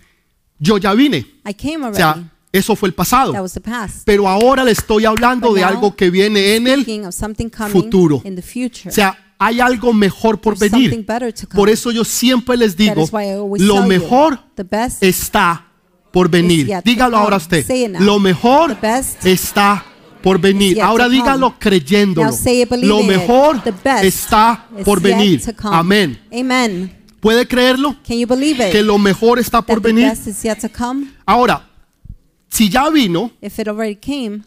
A: yo ya vine.
B: I came
A: O
B: already.
A: sea, eso fue el pasado.
B: that was the past.
A: Pero ahora le estoy hablando
B: But
A: de
B: now,
A: algo que viene en él.
B: Speaking of something coming
A: futuro.
B: in the future.
A: O sea, hay algo mejor por
B: There's something
A: venir.
B: better to come.
A: Por eso yo siempre les
B: That
A: digo,
B: is why I always
A: lo
B: tell you,
A: mejor
B: the best
A: está por venir.
B: is yet to
A: Dígalo
B: come.
A: ahora usted.
B: Say it now.
A: Lo mejor
B: The best
A: está por
B: is
A: venir.
B: yet
A: Ahora
B: to come.
A: dígalo creyéndolo.
B: Now say it, believing
A: Lo
B: it.
A: mejor
B: The best
A: está
B: is
A: por
B: yet
A: venir.
B: to come.
A: Amén.
B: Amen.
A: ¿Puede creerlo?
B: Can you believe it?
A: Que lo mejor está por
B: that the
A: venir.
B: best is yet to come.
A: Ahora, si ya vino
B: If it already came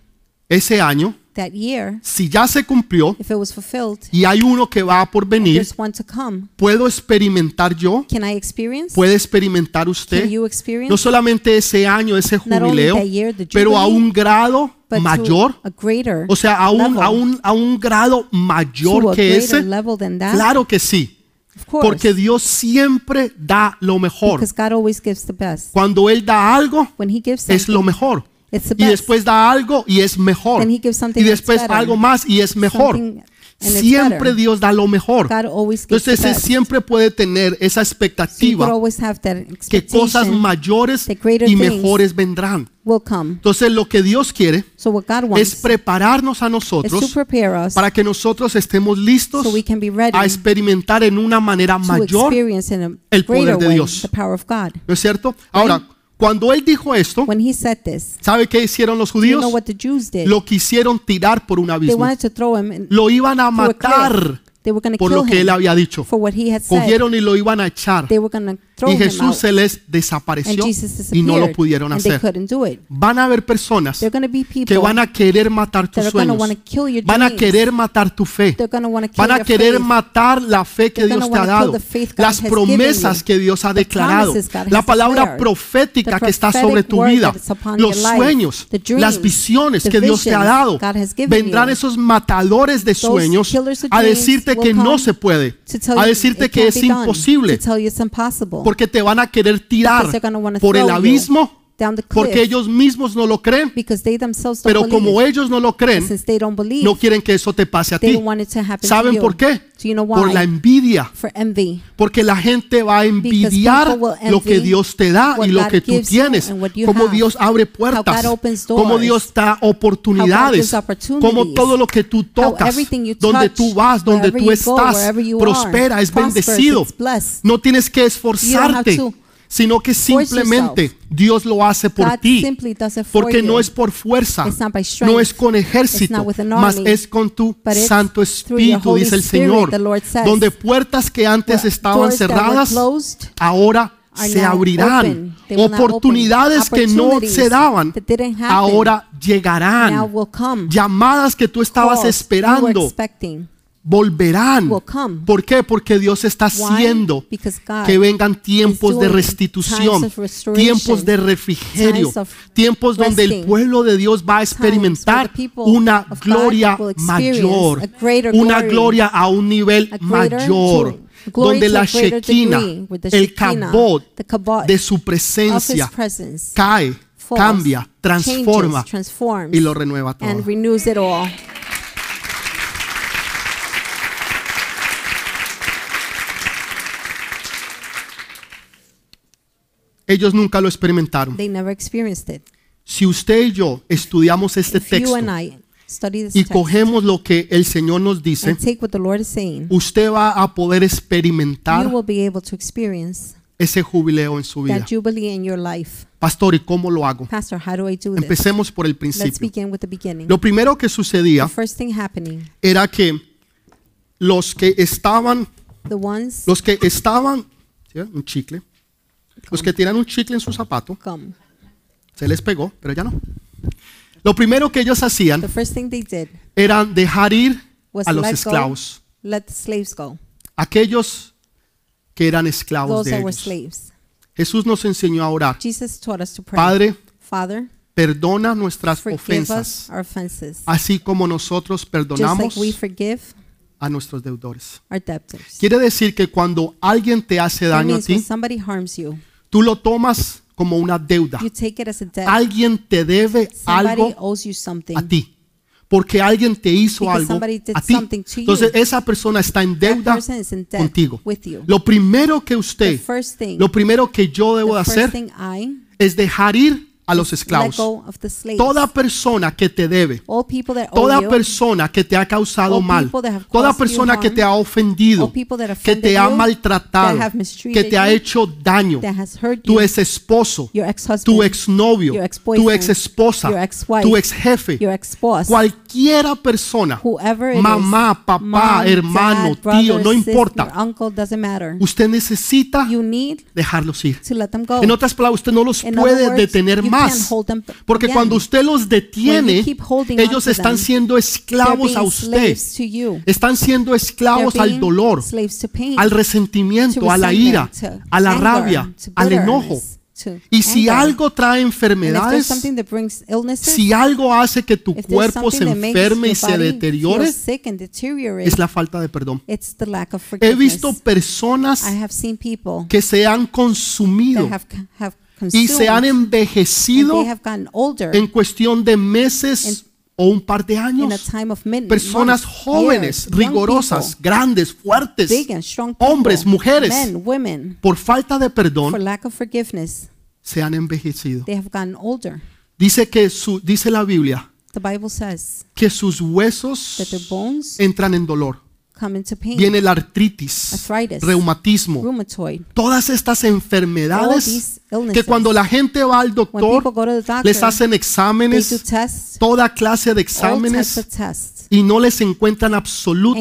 A: ese año,
B: that year,
A: si ya se cumplió,
B: if it was fulfilled,
A: y hay uno que va por venir,
B: there's one to come.
A: puedo experimentar yo,
B: Can I experience?
A: puede experimentar
B: Can
A: usted,
B: you
A: no
B: experience?
A: solamente ese año, ese
B: Not only
A: jubileo,
B: that year, the
A: pero a
B: jubilee,
A: un grado
B: but to
A: mayor,
B: a greater
A: o sea, a un,
B: level,
A: a un, a un grado
B: to a
A: mayor que
B: greater
A: ese,
B: level than that,
A: claro que sí,
B: of course,
A: porque Dios siempre da lo mejor.
B: because God always gives the best.
A: Cuando Él da algo,
B: When He gives
A: es
B: something,
A: lo mejor.
B: it's the
A: Y
B: best.
A: después da algo y es mejor.
B: Then he gives something
A: Y después
B: that's better.
A: algo más y es mejor.
B: Something- and it's
A: Siempre
B: better.
A: Dios da lo mejor.
B: God always gives
A: Entonces
B: the
A: él
B: best.
A: siempre puede tener esa
B: So you could
A: expectativa
B: always have that
A: que cosas
B: expectation
A: mayores
B: that greater
A: y
B: things
A: mejores vendrán.
B: will come.
A: Entonces lo que Dios quiere
B: So what God
A: es
B: wants
A: prepararnos a
B: is to
A: nosotros
B: prepare us
A: para que nosotros estemos listos
B: so we can be ready
A: a experimentar en una manera
B: to
A: mayor,
B: experience in a
A: el poder
B: greater
A: de
B: way
A: Dios.
B: the power of God.
A: ¿no es cierto? Ahora, cuando él dijo esto,
B: When he said this,
A: ¿sabe qué hicieron los
B: you
A: judíos?
B: know what the Jews did?
A: Lo quisieron tirar por un
B: They
A: abismo.
B: wanted to throw him in,
A: Lo iban a
B: through a cliff.
A: matar
B: They were going to
A: por
B: kill
A: lo que él
B: him
A: había dicho.
B: for what he had said.
A: Cogieron y lo iban a echar.
B: They were going to throw
A: Y
B: him
A: Jesús
B: out.
A: se les
B: And
A: desapareció
B: Jesus
A: y
B: disappeared.
A: no lo pudieron
B: and they
A: hacer.
B: couldn't do it.
A: Van a haber personas
B: They're going to be
A: que
B: people
A: van a querer matar
B: that
A: tus
B: are going to
A: sueños.
B: want to kill your
A: Van a
B: dreams.
A: querer matar tu fe.
B: They're going to want to kill
A: Van a
B: your
A: querer
B: faith.
A: matar la fe que
B: They're gonna
A: Dios te ha
B: wanna
A: dado.
B: kill the faith God
A: Las
B: has given you.
A: promesas que Dios ha
B: The
A: declarado.
B: promises God has
A: La palabra
B: declared.
A: profética
B: The
A: que está
B: prophetic
A: sobre tu
B: word
A: vida.
B: that is upon your
A: Los
B: life.
A: sueños,
B: The dreams,
A: las visiones
B: the
A: que Dios te ha
B: visions
A: dado.
B: God has given
A: Vendrán
B: you.
A: esos matadores de sueños
B: killers of
A: a
B: dreams
A: decirte
B: will
A: que no
B: come
A: se puede.
B: to tell
A: A
B: you
A: decirte
B: it
A: que
B: can't
A: es
B: be done,
A: imposible.
B: to tell you it's impossible.
A: Porque te van a querer tirar
B: Because they're gonna wanna
A: por el
B: throw you
A: abismo.
B: down the cliff
A: Porque ellos mismos no lo creen.
B: because they themselves don't
A: Pero como
B: believe.
A: ellos no lo
B: And
A: creen,
B: since they don't believe,
A: no quieren que eso te pase a
B: they
A: ti.
B: don't want it to happen to
A: ¿Saben
B: you.
A: por qué?
B: Do you know why?
A: Por la envidia.
B: For envy.
A: Porque la gente va a envidiar
B: people will envy
A: lo que Dios te da
B: what
A: y lo
B: God
A: que tú
B: gives you
A: tienes.
B: and what you
A: Cómo
B: have.
A: Dios abre puertas.
B: God opens doors.
A: Cómo Dios da
B: How God
A: oportunidades.
B: gives opportunities.
A: Cómo todo lo que tú tocas,
B: everything you
A: donde
B: touch,
A: tú vas, donde
B: wherever
A: tú
B: you go,
A: estás,
B: wherever you are,
A: prospera, es
B: prospers,
A: bendecido.
B: it's blessed.
A: No tienes que esforzarte,
B: to
A: sino que
B: force
A: simplemente
B: yourself.
A: Dios lo hace por
B: God
A: ti.
B: simply does it for
A: Porque
B: you.
A: no es por fuerza,
B: It's not by strength.
A: no es con
B: It's
A: ejército,
B: not with an
A: mas
B: army.
A: es con tu
B: But it's
A: Santo
B: through your
A: Espíritu,
B: Holy
A: dice el
B: Spirit,
A: Señor,
B: the Lord says.
A: donde puertas que antes
B: Where
A: estaban
B: doors that were
A: cerradas,
B: closed
A: ahora
B: are
A: se
B: now
A: abrirán.
B: open. They will now
A: Oportunidades
B: open.
A: que no se
B: Opportunities
A: daban,
B: that didn't happen
A: ahora
B: now
A: llegarán.
B: will come.
A: Llamadas que tú
B: Calls
A: estabas
B: you were
A: esperando
B: expecting.
A: volverán.
B: will come.
A: ¿Por qué? Porque Dios está
B: Why?
A: haciendo
B: Because God
A: que vengan tiempos de
B: doing
A: restitución,
B: times of restoration,
A: tiempos de refrigerio,
B: times of
A: tiempos donde el
B: resting,
A: pueblo de Dios va a experimentar
B: the people
A: una
B: of God
A: gloria
B: will experience
A: mayor,
B: a greater
A: una
B: glory,
A: gloria a un nivel
B: a greater
A: mayor,
B: to- glory
A: donde
B: to
A: la
B: a greater
A: Shekinah,
B: degree, with the
A: el
B: Shekinah,
A: kabod
B: the kabod
A: de su
B: of His
A: presencia
B: presence
A: cae,
B: falls,
A: cambia, transforma
B: changes, transforms,
A: y lo oh. renueva todo.
B: and renews it all.
A: Ellos nunca lo experimentaron.
B: They never experienced it.
A: Si usted y yo estudiamos este
B: If you
A: texto
B: and I study this
A: y
B: text
A: cogemos lo que el Señor nos dice,
B: and take what the Lord is saying,
A: usted va a poder
B: you
A: experimentar
B: will be able to experience
A: ese jubileo en su vida.
B: that jubilee in your life.
A: Pastor, ¿y cómo lo hago?
B: Pastor, how do I do this?
A: Empecemos por el
B: Let's
A: principio.
B: begin with the beginning.
A: Lo primero que
B: The
A: sucedía
B: first thing happening,
A: era que los que estaban,
B: the ones
A: los que estaban, ¿sí? un chicle, los que tiran un chicle en su zapato,
B: come.
A: se les pegó, pero ya no. Lo primero que ellos hacían
B: The first thing they did
A: era dejar ir
B: was
A: a los
B: let
A: esclavos,
B: go, let the slaves go,
A: aquellos que eran esclavos
B: those
A: de
B: that were
A: ellos.
B: slaves.
A: Jesús nos enseñó a orar.
B: Jesus taught us to pray.
A: Padre,
B: Father,
A: perdona nuestras
B: forgive us
A: ofensas,
B: our offenses,
A: así como nosotros
B: just like
A: perdonamos
B: we forgive
A: a nuestros deudores.
B: our debtors.
A: Quiere decir que cuando alguien te hace
B: That
A: daño a
B: means when
A: ti,
B: somebody harms you,
A: tú lo tomas como una deuda.
B: you take it as a debt.
A: Alguien te debe
B: Somebody
A: algo
B: owes you something.
A: a ti. Porque alguien te hizo
B: Because
A: algo
B: somebody did
A: a ti.
B: something to you.
A: Entonces esa persona está en
B: That
A: deuda
B: person is in debt
A: contigo.
B: with you.
A: Lo primero que
B: The
A: usted,
B: first thing,
A: lo primero que yo
B: the
A: debo de
B: first
A: hacer
B: thing I
A: es dejar ir a los
B: let
A: esclavos.
B: go of the slaves.
A: Toda persona que te debe,
B: all people that
A: toda
B: owe you,
A: persona que te ha causado
B: All
A: mal,
B: people that have
A: toda
B: caused you
A: persona que
B: harm,
A: te ha ofendido,
B: all people that
A: que
B: offended
A: te ha
B: you,
A: maltratado,
B: that have
A: que
B: mistreated
A: te ha
B: you,
A: hecho daño,
B: that has hurt
A: tu
B: you,
A: ex esposo,
B: your ex-husband,
A: tu ex novio,
B: your ex-boyfriend,
A: tu ex esposa,
B: your ex-wife,
A: tu ex jefe,
B: your ex-boss,
A: cualquiera persona,
B: whoever it is,
A: mamá, papá,
B: mom,
A: hermano,
B: dad, brother,
A: tío, no
B: sister,
A: importa,
B: uncle, doesn't matter.
A: usted necesita
B: You need
A: dejarlos ir.
B: to let them go.
A: En otras palabras, usted no los
B: In other
A: puede
B: words,
A: detener
B: you
A: más.
B: can't hold them back.
A: Porque
B: Again,
A: cuando usted los detiene,
B: when you keep holding
A: ellos
B: on to
A: están
B: them,
A: siendo
B: They're
A: esclavos
B: being
A: a usted.
B: slaves to you.
A: Están siendo
B: They're
A: esclavos al
B: being
A: dolor,
B: slaves to pain,
A: al
B: to
A: resentimiento, a la ira,
B: resentment, to
A: a la
B: anger,
A: rabia,
B: to
A: al enojo.
B: bitterness, to
A: Y si
B: anger.
A: algo trae
B: And if there's
A: enfermedades,
B: something that brings illnesses,
A: si algo hace que tu
B: if there's
A: cuerpo se
B: something that makes
A: enferme y
B: your
A: se
B: body feel
A: deteriore,
B: sick and deteriorate,
A: es la falta de perdón.
B: it's the lack of
A: He
B: forgiveness.
A: visto personas
B: I have seen people
A: que se han
B: that
A: consumido
B: have, have
A: y
B: consumed
A: se han
B: and
A: envejecido
B: they have gotten older
A: en cuestión de meses o un par de
B: in a
A: años.
B: time of min-
A: Personas
B: months,
A: jóvenes,
B: years, young
A: rigorosas,
B: people,
A: grandes, fuertes,
B: big and strong people,
A: hombres, mujeres,
B: men, women,
A: por falta de
B: for
A: perdón,
B: lack of forgiveness,
A: se han envejecido.
B: they have gotten older.
A: Dice que su, dice la Biblia
B: The Bible says
A: que sus huesos
B: that their bones
A: entran en dolor.
B: come into pain,
A: Viene la artritis,
B: Arthritis.
A: reumatismo,
B: rheumatoid.
A: todas estas
B: All
A: enfermedades
B: these illnesses.
A: que cuando la gente va al
B: When people
A: doctor
B: go to the doctor,
A: les hacen
B: they do
A: exámenes,
B: tests,
A: toda clase de
B: all types
A: exámenes
B: of tests.
A: y no les encuentran
B: And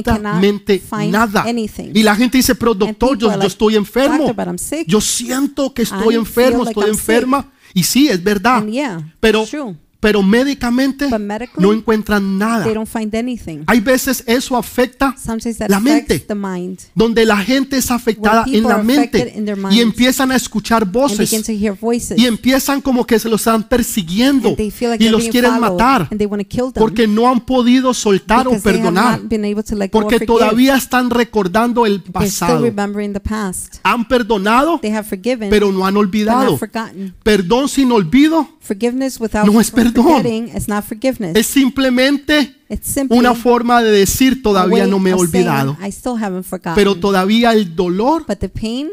A: absolutamente
B: cannot find
A: nada.
B: anything.
A: Y la gente dice, pero doctor,
B: people
A: yo,
B: are
A: yo
B: like,
A: estoy enfermo,
B: "Doctor, but I'm sick.
A: yo siento que estoy
B: I
A: enfermo,
B: feel like
A: estoy
B: I'm
A: enferma. Y sí, es verdad,
B: And yeah,
A: pero,
B: it's true.
A: pero médicamente
B: But medically,
A: no encuentran nada.
B: They don't find anything.
A: Hay veces eso afecta
B: Sometimes that
A: la mente.
B: affects the mind.
A: donde la gente es afectada
B: people
A: en la
B: are
A: mente
B: affected in their
A: y
B: minds.
A: empiezan a escuchar
B: And begin
A: voces
B: to hear voices.
A: y empiezan como que se los están persiguiendo
B: and they feel like
A: y
B: they're
A: los
B: being
A: quieren
B: followed,
A: matar
B: and they want to kill them
A: porque no han podido soltar o
B: because they have
A: perdonar
B: not been able to let go or
A: porque
B: forgive.
A: todavía están recordando el
B: They're still
A: pasado.
B: remembering the past.
A: Han perdonado,
B: They have forgiven,
A: pero no han
B: but
A: olvidado.
B: not forgotten.
A: Perdón sin olvido
B: Forgiveness without
A: No es perdón.
B: forgetting is not forgiveness.
A: es simplemente
B: it's simply
A: una forma de decir todavía
B: a way
A: no me he
B: of saying,
A: olvidado,
B: I still haven't forgotten.
A: pero todavía el dolor
B: but the pain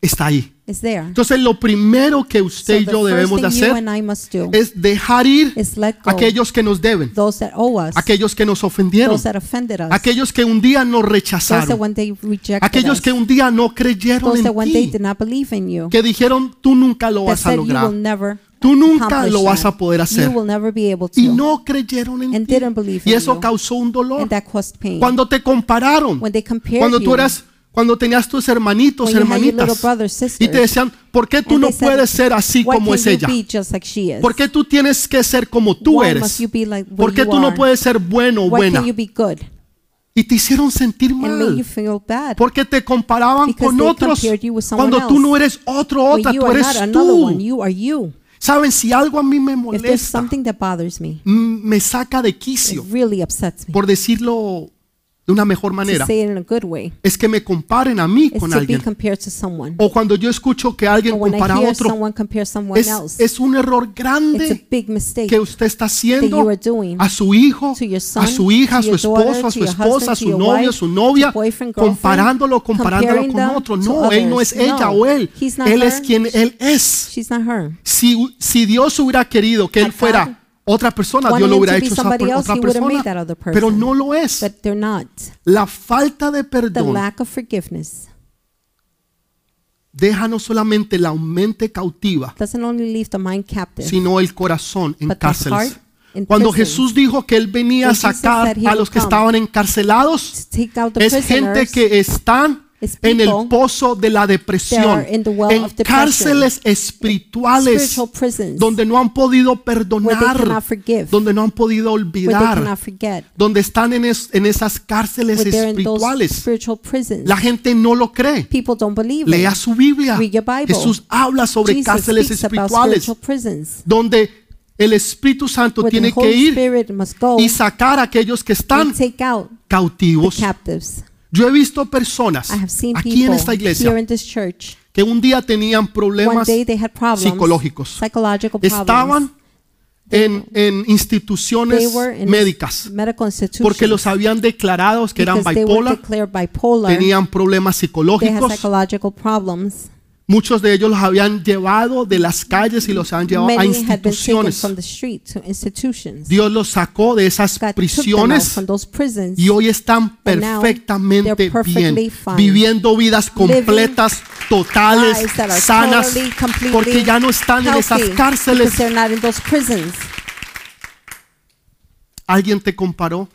A: está ahí.
B: is there.
A: Entonces lo primero que usted
B: so
A: y
B: the
A: yo
B: first
A: debemos de
B: thing you
A: hacer
B: and I must do
A: es dejar ir
B: is let
A: a
B: go
A: aquellos que nos deben,
B: those that owe us,
A: a aquellos que nos ofendieron,
B: those that offended us,
A: aquellos que un día nos
B: those that
A: rechazaron,
B: one day rejected
A: aquellos
B: us,
A: que un día no creyeron
B: those that one
A: en
B: day
A: ti,
B: did not believe in you,
A: que dijeron tú nunca lo
B: that
A: vas a
B: said you will
A: lograr,
B: never
A: tú nunca
B: accomplish
A: lo vas
B: that.
A: a poder
B: You
A: hacer
B: will never be able to.
A: y no creyeron en
B: And
A: ti
B: didn't believe
A: y
B: in
A: eso
B: you.
A: causó un dolor.
B: and that caused pain.
A: Cuando te compararon,
B: when they compared
A: cuando
B: you,
A: tú eras, cuando tenías tus hermanitos,
B: when you had your little
A: hermanitas
B: brothers, sisters,
A: y te decían, ¿por qué tú
B: and
A: no
B: they said,
A: puedes ser así
B: "Why
A: como
B: can't
A: es
B: you
A: ella?
B: be just like she is?
A: ¿Por qué tú tienes que ser como tú
B: Why
A: eres?
B: must you be like what
A: ¿Por qué
B: you
A: tú no
B: are?
A: puedes ser bueno o
B: Why
A: buena?
B: can't you be good?"
A: Y te hicieron sentir
B: And made you
A: mal.
B: feel bad.
A: Porque te comparaban
B: Because
A: con
B: they
A: otros.
B: compared you with someone
A: Cuando tú
B: else.
A: no eres otro,
B: When
A: otra,
B: you
A: tú
B: are not
A: eres
B: another one.
A: tú.
B: You are you.
A: Saben, si algo a mí me
B: If there's
A: molesta,
B: something that bothers me,
A: mm, me saca de
B: it
A: quicio,
B: really upsets me.
A: por decirlo de una mejor
B: to
A: manera
B: say it in a good way
A: es que me comparen a mí
B: is
A: con
B: to be
A: alguien.
B: compared to someone.
A: O cuando yo escucho que alguien
B: But when
A: compara
B: I
A: a
B: hear
A: otro,
B: someone compare someone
A: es,
B: else,
A: es un error
B: it's a
A: grande
B: big mistake
A: que usted está haciendo
B: you are doing
A: a su hijo,
B: to your son,
A: a su hija, a
B: to
A: su
B: your
A: esposo,
B: daughter,
A: a su
B: to your
A: esposa, a
B: husband, to
A: su
B: your
A: novio, a
B: wife,
A: su
B: to
A: novia,
B: boyfriend, girlfriend,
A: comparándolo, comparándolo
B: comparing
A: con
B: them
A: otro.
B: to
A: No, él no es
B: others.
A: ella
B: No,
A: o él.
B: he's not
A: Él es
B: her,
A: quien él es.
B: she's not her.
A: Si, si Dios hubiera querido que él
B: Had God
A: fuera otra persona,
B: wanted
A: Dios lo
B: him
A: hubiera
B: to be
A: hecho esa
B: somebody
A: per-
B: else,
A: otra
B: he would've made
A: persona.
B: that other
A: Pero
B: person.
A: no lo es.
B: But they're not.
A: La falta de
B: The
A: perdón
B: lack of forgiveness
A: deja no solamente la mente cautiva,
B: doesn't only leave the mind captive.
A: sino el corazón en
B: But the
A: cárceles.
B: heart in
A: Cuando
B: prison.
A: Jesús dijo que Él venía a
B: When Jesus
A: sacar
B: said he
A: a
B: would
A: los que
B: come,
A: estaban encarcelados,
B: To take out the
A: es gente
B: prisoners,
A: que están
B: is
A: en el
B: people
A: pozo de la
B: that
A: depresión,
B: are in the well
A: en
B: of depression,
A: cárceles espirituales,
B: spiritual prisons,
A: donde no han podido
B: where they
A: perdonar,
B: cannot forgive,
A: donde no han podido
B: where they
A: olvidar,
B: cannot forget,
A: donde están en, es- en esas cárceles
B: where they're in those
A: espirituales.
B: spiritual prisons.
A: La gente no lo cree.
B: People don't believe
A: Lea
B: it.
A: su Biblia.
B: Read your Bible.
A: Jesús habla sobre
B: Jesus
A: cárceles
B: speaks about
A: espirituales,
B: spiritual prisons,
A: donde el Espíritu Santo
B: where the
A: tiene que
B: Holy
A: ir
B: Spirit must go
A: y sacar a aquellos que están
B: and take out the
A: cautivos.
B: captives.
A: Yo he visto personas
B: I have seen
A: aquí en
B: people
A: esta
B: here
A: iglesia
B: in this church.
A: que un día tenían
B: One
A: problemas,
B: day they had problems,
A: psicológicos.
B: psychological problems.
A: estaban en, en
B: They
A: instituciones
B: were in
A: médicas
B: medical institutions
A: porque los habían declarado que eran
B: because they were
A: bipolar,
B: declared bipolar.
A: tenían problemas
B: They had
A: psicológicos,
B: psychological problems.
A: muchos de ellos los habían llevado de las calles y los han llevado a
B: Many had been taken
A: instituciones.
B: from the street to institutions.
A: Dios los sacó de esas
B: God took them out
A: prisiones
B: from those prisons,
A: y hoy están
B: And now
A: perfectamente
B: they're
A: bien,
B: perfectly fine.
A: viviendo vidas completas, totales,
B: lives that are
A: sanas,
B: totally, completely
A: porque ya no están en esas
B: healthy,
A: cárceles.
B: because they're not in those prisons.
A: Alguien te comparó,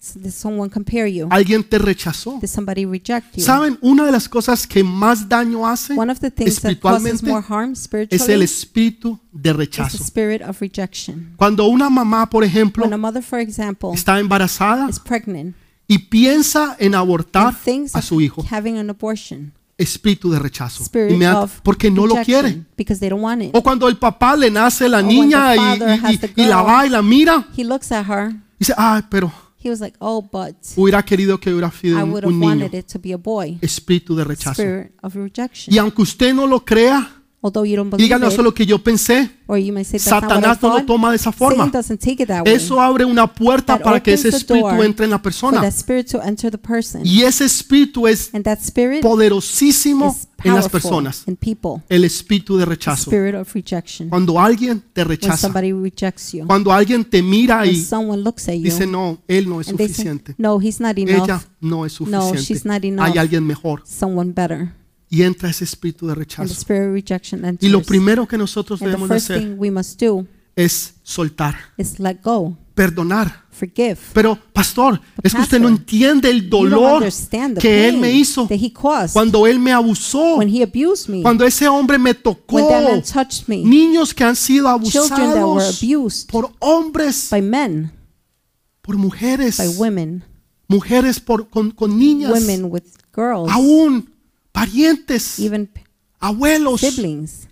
B: So did someone compare you?
A: alguien te rechazó.
B: Did somebody reject you?
A: ¿Saben? Una de las cosas que más daño hace
B: One of the things that causes
A: espiritualmente
B: more harm
A: es el
B: spiritually is
A: espíritu de
B: the
A: rechazo.
B: spirit of rejection.
A: Cuando una mamá, por ejemplo,
B: When a mother, for example,
A: está embarazada
B: is pregnant
A: y piensa en abortar
B: and thinks
A: a
B: of
A: su hijo,
B: having an abortion,
A: espíritu de rechazo,
B: spirit
A: inmediato,
B: of
A: porque no lo
B: rejection,
A: quiere.
B: because they don't want it.
A: O cuando el papá le nace la
B: when the
A: niña y,
B: father
A: y-
B: has the
A: y- y la
B: girl.
A: va y la mira,
B: He looks at her.
A: y dice, ay, pero
B: He was like, "Oh, but
A: hubiera querido que hubiera sido
B: I
A: un,
B: would
A: un
B: have
A: niño.
B: wanted it to be a boy."
A: Espíritu de rechazo.
B: Spirit of rejection.
A: Y aunque usted no lo crea,
B: Although you don't believe
A: díganos
B: it,
A: lo que yo pensé.
B: or you may say that's not what I
A: Satanás no lo
B: thought.
A: toma de esa forma.
B: Satan doesn't take it that way.
A: Eso abre una puerta
B: That
A: para que ese
B: opens the
A: espíritu
B: door
A: entre en la
B: for
A: persona.
B: that spirit to enter the person,
A: Y ese espíritu es
B: and that spirit
A: poderosísimo
B: is
A: en las
B: powerful
A: personas.
B: in people.
A: El espíritu de
B: The
A: rechazo.
B: spirit of rejection.
A: Cuando alguien te
B: When
A: rechaza,
B: somebody rejects you,
A: cuando alguien te mira
B: when
A: y
B: someone looks at you,
A: dice, no, él no es
B: and they say,
A: suficiente.
B: "No, he's not enough.
A: Ella no es
B: No, she's not
A: suficiente.
B: enough.
A: Hay alguien mejor.
B: Someone better."
A: Y entra ese espíritu de
B: And the
A: rechazo.
B: spirit of rejection enters.
A: Y lo primero que nosotros
B: and the
A: debemos de
B: first
A: hacer
B: thing we must do
A: es soltar,
B: is let go,
A: perdonar.
B: forgive.
A: Pero, pastor, es que usted no
B: pastor,
A: entiende el
B: You don't
A: dolor
B: understand the
A: que él
B: pain
A: me hizo
B: that he caused
A: cuando él me abusó,
B: when he abused me,
A: cuando ese hombre me
B: when that
A: tocó.
B: man touched me,
A: Niños que han sido
B: children that were
A: abusados
B: abused
A: por hombres,
B: by men,
A: por mujeres,
B: by women,
A: mujeres por, con, con niñas,
B: women with girls,
A: aún parientes,
B: even p-
A: abuelos,
B: siblings,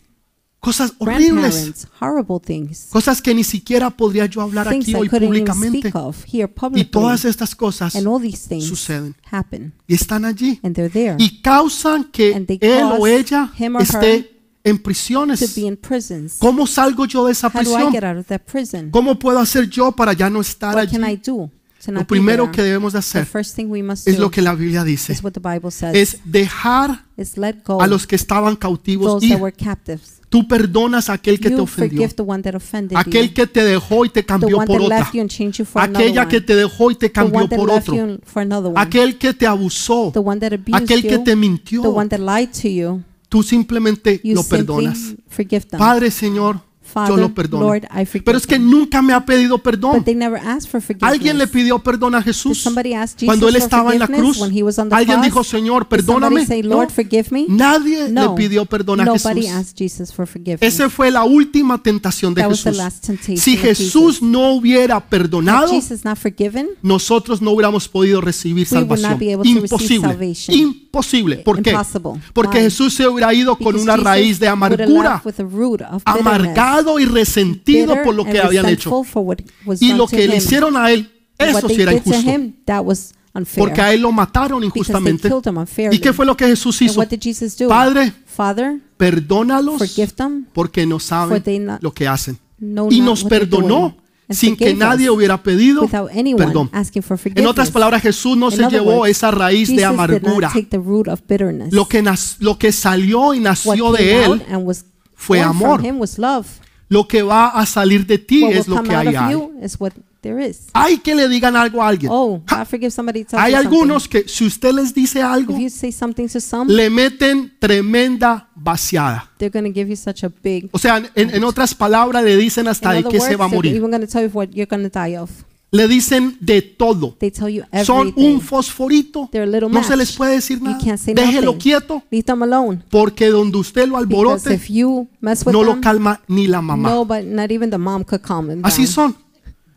A: cosas horribles.
B: grandparents, horrible things,
A: Cosas que ni siquiera podría yo hablar
B: things
A: aquí
B: I
A: hoy
B: couldn't even
A: públicamente.
B: speak of here
A: Y todas
B: publicly.
A: estas cosas
B: And all these things
A: suceden
B: happen,
A: y están allí
B: and they're there
A: y causan que
B: And they
A: él o
B: cause
A: ella
B: him or her
A: esté en
B: to
A: prisiones.
B: be in prisons.
A: ¿Cómo salgo yo de esa
B: How do I
A: prisión?
B: get out of that prison?
A: ¿Cómo puedo hacer yo para ya no estar
B: What
A: allí?
B: can I do to
A: Lo
B: not be
A: primero que
B: there?
A: debemos de
B: The
A: hacer
B: first thing we must
A: es lo
B: do
A: que la Biblia dice,
B: is what the Bible says.
A: es dejar
B: Is let go
A: a los que estaban cautivos
B: those
A: ir.
B: that were captives.
A: Tú perdonas a aquel que te
B: You
A: ofendió,
B: forgive the one that offended you.
A: aquel que te dejó y te
B: the
A: cambió
B: one
A: por
B: that
A: otra,
B: left you and changed you for another
A: aquella
B: one.
A: que te dejó y te
B: the
A: cambió
B: one that
A: por
B: left
A: otro,
B: you for another one.
A: aquel que te abusó,
B: the one that abused
A: aquel que
B: you.
A: te
B: the
A: mintió,
B: one that lied to you.
A: tú simplemente
B: You
A: lo
B: simply
A: perdonas.
B: forgive them.
A: Padre Señor, yo
B: Father,
A: lo perdono.
B: Lord, I forgive
A: Pero es que
B: them.
A: nunca me ha pedido perdón.
B: But they never asked for forgiveness.
A: Alguien le pidió perdón a
B: Did
A: Jesús
B: somebody ask Jesus
A: cuando él
B: for
A: estaba en la
B: forgiveness
A: cruz.
B: when he was on the
A: Alguien
B: cross?
A: dijo, Señor,
B: Did
A: perdóname.
B: somebody say,
A: No.
B: Lord, forgive me?
A: Nadie le
B: No.
A: pidió perdón a
B: Nobody
A: Jesús.
B: asked Jesus for forgiveness.
A: Esa fue la última tentación de
B: That was the
A: Jesús.
B: last temptation
A: Si
B: of
A: Jesús
B: Jesus.
A: no hubiera
B: Had
A: perdonado,
B: Jesus not forgiven?
A: nosotros no hubiéramos podido recibir
B: We would not
A: salvación.
B: be able to receive
A: Imposible.
B: salvation.
A: Imposible. ¿Por qué?
B: Impossible.
A: Porque
B: Why?
A: Jesús se hubiera ido con
B: Because
A: una
B: Jesus
A: raíz de
B: would have
A: amargura,
B: left with a root of bitterness,
A: amargado y resentido
B: bitter
A: por lo que
B: and
A: habían hecho.
B: resentful for what was
A: Y
B: done
A: lo
B: to
A: que le
B: him.
A: hicieron a él,
B: And what
A: eso
B: they
A: sí era
B: did to
A: injusto.
B: him, that was unfair
A: porque a él lo mataron
B: because they
A: injustamente.
B: killed him unfairly.
A: ¿Y qué fue lo que Jesús
B: and
A: hizo?
B: what did Jesus do?
A: Padre,
B: Father,
A: perdónalos
B: forgive them.
A: porque no saben
B: for they not-
A: lo que hacen.
B: know
A: Y
B: not
A: nos
B: what they're
A: perdonó
B: doing, and
A: sin que
B: forgave
A: nadie
B: us
A: hubiera pedido
B: without anyone
A: perdón.
B: asking for
A: En otras
B: forgiveness.
A: palabras, Jesús no
B: In
A: se
B: other
A: llevó
B: words,
A: esa raíz
B: Jesus
A: de
B: did not
A: amargura.
B: take the root of bitterness.
A: Lo que, nas- lo que salió y
B: What
A: nació
B: came
A: de
B: out
A: él,
B: and was
A: fue
B: born
A: amor.
B: From him was love.
A: lo que va a salir de ti
B: what will
A: es lo
B: come
A: que
B: out
A: hay
B: of
A: ahí.
B: you is what there is.
A: Hay que le digan algo a alguien.
B: Oh,
A: Ja,
B: God forgive somebody tells
A: hay
B: you something.
A: algunos que si usted les dice algo,
B: If you say something to some,
A: le meten tremenda vaciada.
B: they're going to give you such a big.
A: O sea, en, en otras palabras le dicen hasta
B: In
A: de
B: other
A: qué se
B: words,
A: va a
B: they're
A: morir.
B: even going to tell you what you're going to die of.
A: Le dicen de todo.
B: They tell you
A: Son un
B: everything.
A: fosforito.
B: They're a little
A: No se
B: match.
A: les puede decir
B: You
A: nada.
B: can't say
A: Déjelo
B: nothing.
A: quieto
B: Leave them alone.
A: porque donde usted lo
B: Because
A: alborote
B: if you mess with
A: no lo
B: them,
A: calma ni la mamá.
B: no, but not even the mom could calm them.
A: Así
B: down.
A: son.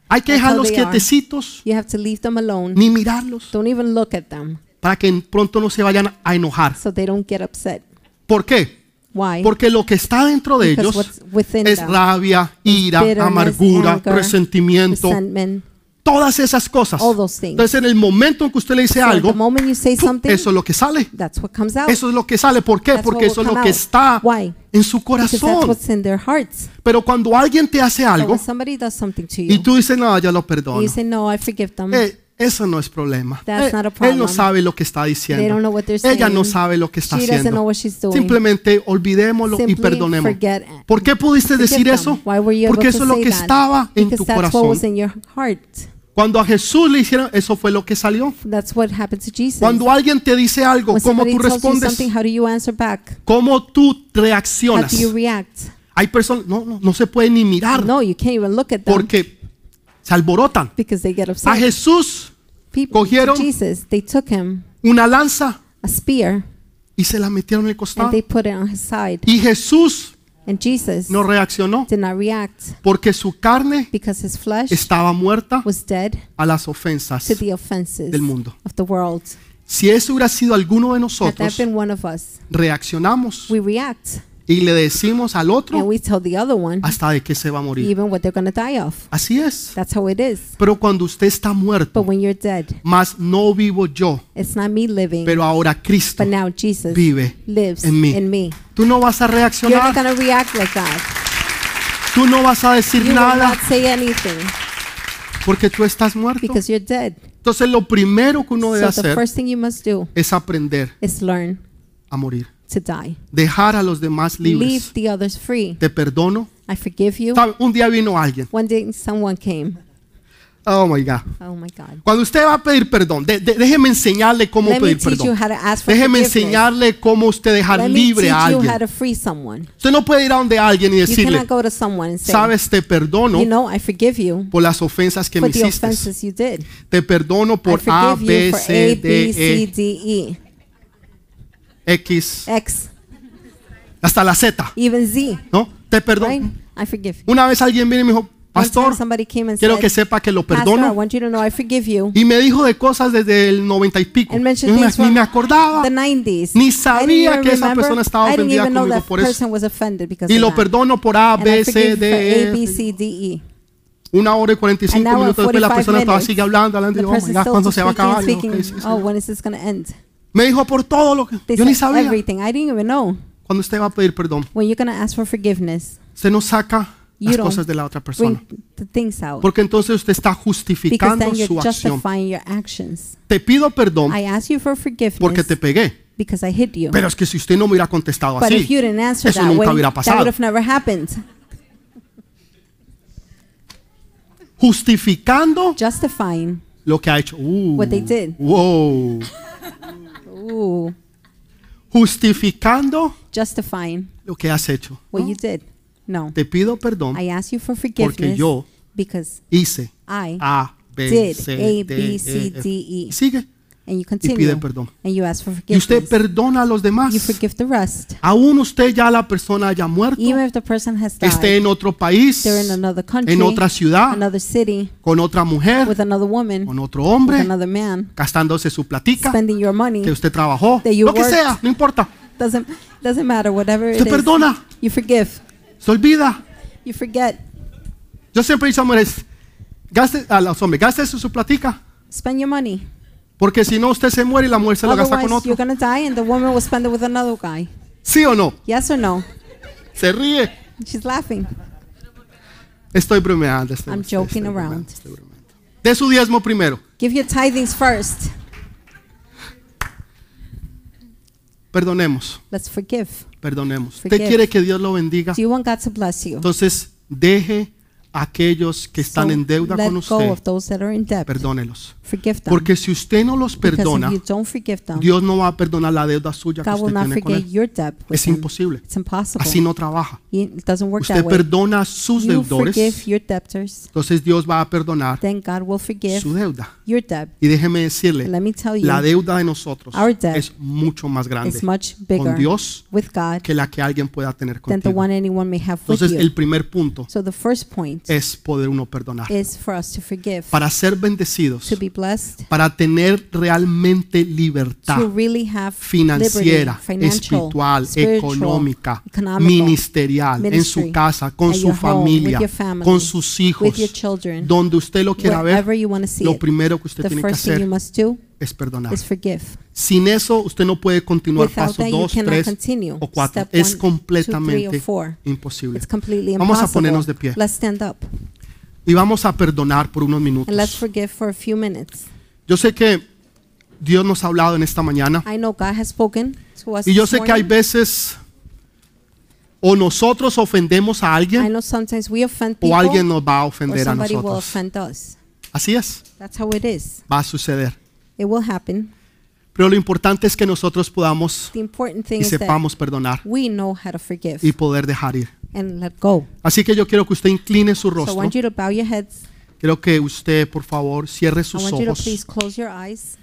A: Hay que
B: That's how
A: dejarlos
B: they are.
A: quietecitos
B: You have to leave them alone.
A: ni mirarlos
B: Don't even look at them
A: para que pronto no se vayan a enojar.
B: so they don't get upset.
A: ¿Por qué?
B: Why?
A: Porque lo que está dentro de
B: Because
A: ellos
B: what's within
A: es
B: them
A: rabia, ira,
B: bitterness,
A: amargura,
B: anger,
A: resentimiento,
B: resentment.
A: todas esas cosas.
B: All those things.
A: Entonces en el momento en que usted le dice
B: So the
A: algo,
B: moment you say something,
A: eso es lo que sale.
B: that's what comes out.
A: Eso es lo que sale. ¿Por qué?
B: That's
A: Porque
B: what
A: eso es
B: will
A: lo
B: come
A: que
B: out.
A: está
B: Why?
A: en su
B: Because that's
A: corazón.
B: what's in their hearts.
A: Pero cuando alguien te hace
B: But when
A: algo
B: somebody does something to
A: y
B: you,
A: tú dices, no, ya lo
B: and you
A: perdono.
B: say, no, I forgive them.
A: Eh, eso no es problema.
B: "Mm".
A: Eh,
B: That's not a
A: él no
B: problem.
A: sabe lo que está
B: They don't know
A: diciendo.
B: what they're
A: Ella no
B: saying.
A: sabe lo que está
B: She doesn't
A: haciendo.
B: know what she's doing.
A: Simplemente olvidémoslo y
B: Simply
A: perdonemos.
B: forget-
A: ¿Por qué pudiste
B: Forgive
A: decir
B: them.
A: eso?
B: Why were you able
A: Porque
B: to
A: eso es lo
B: say
A: que
B: that?
A: estaba en tu
B: Because that's what
A: corazón.
B: was in your heart.
A: Cuando a Jesús le hicieron, eso fue lo que salió.
B: That's what happened to Jesus.
A: Cuando alguien te dice algo,
B: when
A: ¿cómo
B: somebody
A: tú
B: tells you
A: respondes?
B: something, how do you answer back?
A: ¿Cómo tú
B: How
A: reaccionas?
B: do you react?
A: Hay personas, no, no, no se puede ni mirar
B: No, you can't even look at them
A: porque se alborotan.
B: because they get
A: A
B: upset.
A: Jesús
B: People to
A: cogieron-
B: Jesus, they took him
A: una lanza
B: a spear
A: y se la metieron en el
B: and
A: costado.
B: they put it on his side.
A: Y Jesús
B: And Jesus
A: no reaccionó
B: did not react
A: porque su carne
B: because his flesh
A: estaba muerta
B: was dead
A: a las ofensas.
B: to the offenses
A: del mundo.
B: of the world.
A: Si eso hubiera sido alguno de
B: Had that
A: nosotros,
B: been one of us,
A: reaccionamos
B: we react
A: y le decimos al
B: and
A: otro
B: we tell the other one
A: hasta de qué se va a morir.
B: even what they're going to die of.
A: Así es.
B: That's how it is.
A: Pero cuando usted está
B: But
A: muerto,
B: when you're dead,
A: más no vivo yo,
B: it's not me living,
A: pero ahora Cristo.
B: but now Jesus
A: vive
B: lives
A: en mí.
B: in me.
A: Tú no vas a
B: You're not
A: reaccionar,
B: going to react like that.
A: tú no vas a decir
B: You will not
A: nada
B: say anything
A: porque tú estás muerto.
B: because you're dead.
A: Entonces lo primero que uno debe
B: So the
A: hacer
B: first thing you must do
A: es aprender
B: is learn
A: a morir.
B: to die.
A: Dejar a los demás libres.
B: Leave the others free.
A: Te perdono.
B: I forgive you.
A: ¿Sabe? Un día vino alguien.
B: One day someone came.
A: Oh my God.
B: Oh my God.
A: Cuando usted va a pedir perdón, de- de- déjeme enseñarle cómo
B: Let me
A: pedir
B: teach you
A: perdón.
B: how to ask for
A: Déjeme
B: forgiveness.
A: enseñarle cómo usted dejar
B: Let me teach
A: libre
B: you
A: a
B: how
A: alguien.
B: to free someone.
A: Usted no puede ir a donde alguien y
B: You
A: decirle,
B: cannot go to someone and say,
A: sabes, te
B: you
A: perdono
B: know, I forgive you
A: por las ofensas que
B: for
A: me
B: the
A: hiciste.
B: offenses you did.
A: Te perdono
B: I
A: por A,
B: forgive
A: B,
B: you for A,
A: C,
B: B,
A: D,
B: C,
A: E,
B: D, E,
A: X,
B: X,
A: hasta la Z,
B: even Z,
A: ¿no? Te
B: right?
A: perdono.
B: I forgive you.
A: Una vez alguien viene y me dijo,
B: One time
A: pastor,
B: somebody came and
A: quiero que
B: said,
A: sepa que lo
B: Pastor, I
A: perdono.
B: want you to know I forgive you.
A: Y me dijo de cosas desde el noventa y pico.
B: And
A: Yo
B: mentioned
A: ni-
B: things
A: ni
B: from
A: me acordaba.
B: the 90s.
A: Ni
B: I didn't
A: sabía
B: even
A: que esa
B: remember.
A: persona estaba
B: I didn't
A: ofendida
B: even know
A: conmigo
B: that
A: por eso.
B: person was offended because
A: Y
B: of
A: lo
B: that.
A: perdono por A,
B: And I
A: B,
B: forgive
A: C,
B: you for
A: D,
B: A, B,
A: E.
B: C, D, E.
A: Una hora y cuarenta y
B: An
A: cinco
B: hour and
A: minutos después la
B: 45
A: persona estaba
B: minutes.
A: sigue hablando, hablando. Y
B: The
A: yo, oh my
B: person
A: God,
B: still
A: ¿cuándo se va a
B: speaking
A: acabar?
B: and
A: Y yo, "Ok, sí,
B: speaking.
A: sí".
B: Oh, when is this going to end?
A: Me dijo por todo lo que
B: They
A: yo ni
B: said
A: sabía.
B: everything. I didn't even know.
A: Cuando usted va a pedir perdón,
B: When you're going to ask for forgiveness,
A: usted no saca
B: You
A: las
B: don't
A: cosas de la otra persona.
B: bring the things out.
A: Porque entonces usted está
B: Because
A: justificando
B: then
A: su
B: you're
A: acción.
B: justifying your actions.
A: Te pido perdón
B: I ask you for
A: porque
B: forgiveness
A: te pegué.
B: because I hit you.
A: Pero es que si usted no me hubiera contestado
B: But if
A: así,
B: you didn't answer
A: eso
B: that way,
A: nunca hubiera
B: that
A: pasado.
B: would have never happened.
A: Justificando
B: Justifying.
A: lo que ha hecho. Uh,
B: What they did.
A: Wow.
B: Ooh,
A: Justificando
B: justifying
A: lo que has hecho.
B: what you did. No.
A: Te pido perdón.
B: I ask you for forgiveness
A: yo-
B: because
A: Hice
B: I
A: A, B,
B: Did
A: C,
B: A,
A: D,
B: B,
A: E,
B: C,
A: F.
B: D, E.
A: Sigue.
B: and you continue
A: perdón.
B: and you ask for
A: Y usted
B: forgiveness.
A: perdona a los demás.
B: You forgive the rest,
A: Aún usted ya la persona haya muerto,
B: even if the person has
A: esté
B: died.
A: en otro país,
B: They're in another country,
A: en otra ciudad,
B: another city,
A: con otra mujer,
B: with another woman,
A: con otro
B: with
A: hombre,
B: another man,
A: gastándose su platica
B: spending your
A: que
B: money.
A: usted trabajó,
B: That you
A: lo que
B: worked.
A: sea, no importa.
B: Doesn't doesn't matter. Whatever it
A: Usted
B: is,
A: perdona,
B: you forgive.
A: se olvida.
B: You forget.
A: Yo siempre he dicho a mujeres, gaste, a los hombres, gaste su, su platica,
B: Spend your money.
A: Porque si no, usted se muere y la mujer se la gasta con
B: Otherwise,
A: otro.
B: you're going to die and the woman will spend it with another guy.
A: ¿Sí o no?
B: Yes or no?
A: Se ríe.
B: She's laughing.
A: Estoy bromeando. estoy-
B: I'm
A: estoy- estoy
B: joking
A: bromeando,
B: around.
A: estoy bromeando. De su diezmo primero.
B: Give your tithings first.
A: Perdonemos,
B: Let's forgive.
A: perdonemos.
B: Forgive.
A: Usted quiere que Dios lo bendiga.
B: Do you want God to bless you?
A: Entonces, deje a aquellos que están
B: So
A: en deuda
B: let
A: con
B: go
A: usted.
B: of those that are in debt.
A: Perdónelos.
B: Forgive them.
A: Porque si usted no los
B: because
A: perdona,
B: if you don't forgive them,
A: Dios no va a perdonar la deuda suya que
B: God will
A: usted
B: not
A: tiene con
B: forget
A: él.
B: your debt. with
A: Es
B: him.
A: imposible.
B: It's impossible.
A: Así no trabaja.
B: it doesn't work
A: Usted
B: that way.
A: perdona a sus
B: You forgive
A: deudores,
B: your debtors,
A: entonces Dios va a perdonar
B: then God will forgive
A: su deuda.
B: your debt.
A: Y déjeme decirle,
B: Let me tell you,
A: la deuda de nosotros
B: Our debt
A: es mucho más grande
B: it's much bigger
A: con Dios
B: with God
A: que la que alguien pueda tener
B: than the
A: contigo.
B: one anyone may have with
A: Entonces
B: you.
A: el primer punto
B: so the first point
A: es poder uno perdonar.
B: is for us to forgive,
A: Para ser bendecidos,
B: to be blessed,
A: para tener realmente
B: to
A: libertad
B: really have
A: financiera,
B: liberty, financial,
A: espiritual,
B: spiritual,
A: económica,
B: economical,
A: ministerial, en
B: ministry,
A: su casa, con
B: at
A: su
B: your home, with
A: familia,
B: your family,
A: con sus hijos,
B: with your children,
A: donde usted lo quiera
B: wherever
A: ver,
B: you want to see
A: lo
B: it.
A: primero que usted
B: The
A: tiene que
B: first thing you
A: hacer
B: must do
A: es perdonar.
B: is forgive.
A: Sin eso usted no puede continuar
B: Without
A: pasos
B: that, you
A: 2,
B: cannot
A: 3
B: continue.
A: o 4.
B: Step one,
A: Es
B: two, three,
A: completamente
B: or four.
A: imposible.
B: It's completely
A: Vamos a
B: impossible.
A: ponernos de pie.
B: Let's stand up
A: Y vamos a perdonar por unos
B: and let's
A: minutos.
B: forgive for a few minutes.
A: Yo sé que Dios nos ha hablado en esta mañana
B: I know God has spoken to us.
A: y yo
B: this
A: sé que hay
B: morning.
A: veces o nosotros ofendemos a
B: I
A: alguien
B: know sometimes we offend people
A: o alguien nos va a
B: or
A: ofender a
B: somebody will
A: nosotros.
B: offend us.
A: Así es,
B: That's how it is.
A: va a suceder.
B: It will happen.
A: Pero lo importante es que nosotros podamos
B: The important thing
A: y
B: is that
A: sepamos perdonar
B: we know how to forgive
A: y poder dejar ir.
B: and let go.
A: Así que yo quiero que usted incline su
B: So I
A: rostro.
B: want you to bow your heads.
A: Quiero que usted, por favor, cierre
B: I
A: sus
B: want you to please
A: ojos
B: close your eyes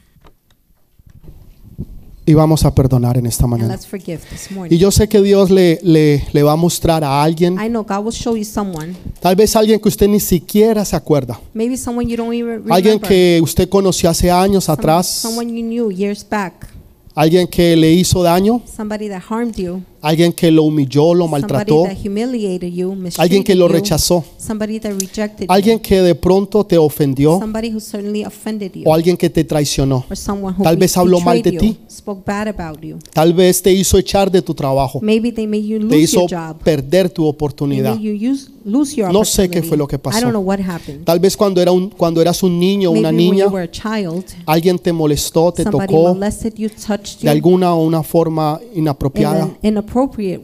A: y vamos a perdonar en esta
B: and
A: mañana.
B: let's forgive this
A: Y
B: morning.
A: yo sé que Dios le, le- le va a mostrar a alguien,
B: I know God will show you someone,
A: tal vez alguien que usted ni siquiera se acuerda,
B: maybe someone you don't even remember,
A: alguien que usted conoció hace años
B: Some-
A: atrás,
B: someone you knew years back,
A: alguien que le hizo daño,
B: somebody that harmed you,
A: alguien que lo humilló, lo
B: somebody
A: maltrató,
B: that humiliated you,
A: alguien
B: mistreated
A: que lo
B: you,
A: rechazó,
B: somebody that rejected
A: alguien que de pronto te
B: you,
A: ofendió
B: somebody who certainly offended you,
A: o alguien que te traicionó,
B: or someone who
A: Tal vez habló mal
B: betrayed
A: de
B: you,
A: ti.
B: spoke bad about you.
A: tal vez te hizo echar de tu trabajo,
B: Maybe they made you
A: te
B: lose
A: hizo
B: your job.
A: perder tu
B: They
A: oportunidad.
B: made you use, lose your
A: No sé qué
B: opportunity.
A: fue lo que pasó.
B: I don't know what happened.
A: Tal vez cuando, era un, cuando eras un niño o una
B: Maybe when
A: niña,
B: you were a child,
A: alguien te molestó, te
B: somebody
A: tocó
B: molested you, touched
A: de
B: you
A: alguna o una forma
B: in
A: inapropiada.
B: an inappropriate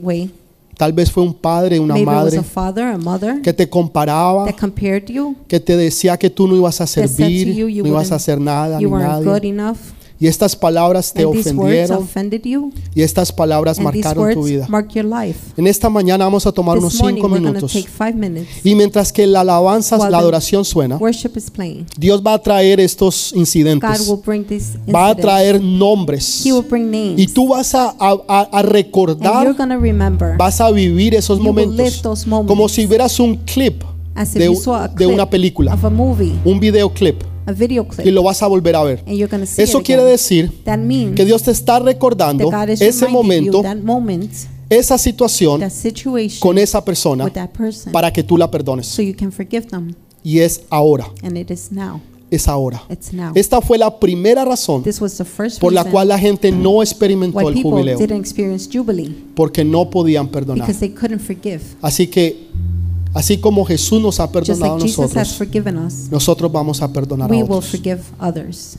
B: way.
A: Tal vez fue un padre, una
B: Maybe it was
A: madre
B: a father, a mother
A: que te comparaba,
B: that compared you,
A: que te decía que tú no ibas a
B: that said to you
A: servir,
B: you
A: no ibas a
B: wouldn't-
A: hacer nada ni
B: you weren't good
A: nadie.
B: enough.
A: Y estas palabras te
B: And these words
A: ofendieron
B: offended you,
A: y estas palabras
B: and these
A: marcaron tu vida.
B: words mark your life.
A: En esta mañana vamos a tomar unos
B: This morning
A: cinco
B: we're going to
A: minutos
B: take five minutes.
A: y mientras que la alabanza,
B: While
A: la
B: the-
A: adoración suena,
B: Worship is playing.
A: Dios va a traer estos
B: God
A: incidentes,
B: will bring these
A: va a
B: incidents.
A: traer nombres
B: He will bring
A: y
B: names.
A: tú vas a, a- a- a
B: And you're
A: recordar,
B: going to remember
A: vas a vivir esos
B: You will live
A: momentos
B: those moments.
A: como si vieras un clip
B: as if
A: de,
B: you
A: un-
B: saw a
A: de
B: clip
A: una película,
B: of a movie,
A: un videoclip
B: a video
A: y
B: clip,
A: lo vas a volver a ver.
B: and you're going to see
A: Eso
B: it
A: quiere
B: again.
A: decir
B: that means
A: que Dios te está recordando
B: that God is
A: ese
B: reminding you
A: momento,
B: that moment,
A: esa situación
B: that situation
A: con esa persona
B: with that person,
A: para que tú la perdones.
B: so you can forgive them.
A: Y es ahora,
B: And it is now.
A: es ahora.
B: It's now.
A: Esta fue la primera razón
B: This was the first
A: por la
B: reason
A: cual la gente no experimentó
B: why
A: el
B: people
A: jubileo,
B: didn't experience jubilee
A: porque no podían perdonar.
B: because they couldn't forgive.
A: Así que, así como Jesús nos ha
B: Just
A: perdonado
B: like
A: a
B: Jesus has
A: nosotros,
B: forgiven us,
A: nosotros vamos a perdonar a
B: we will
A: otros.
B: forgive others.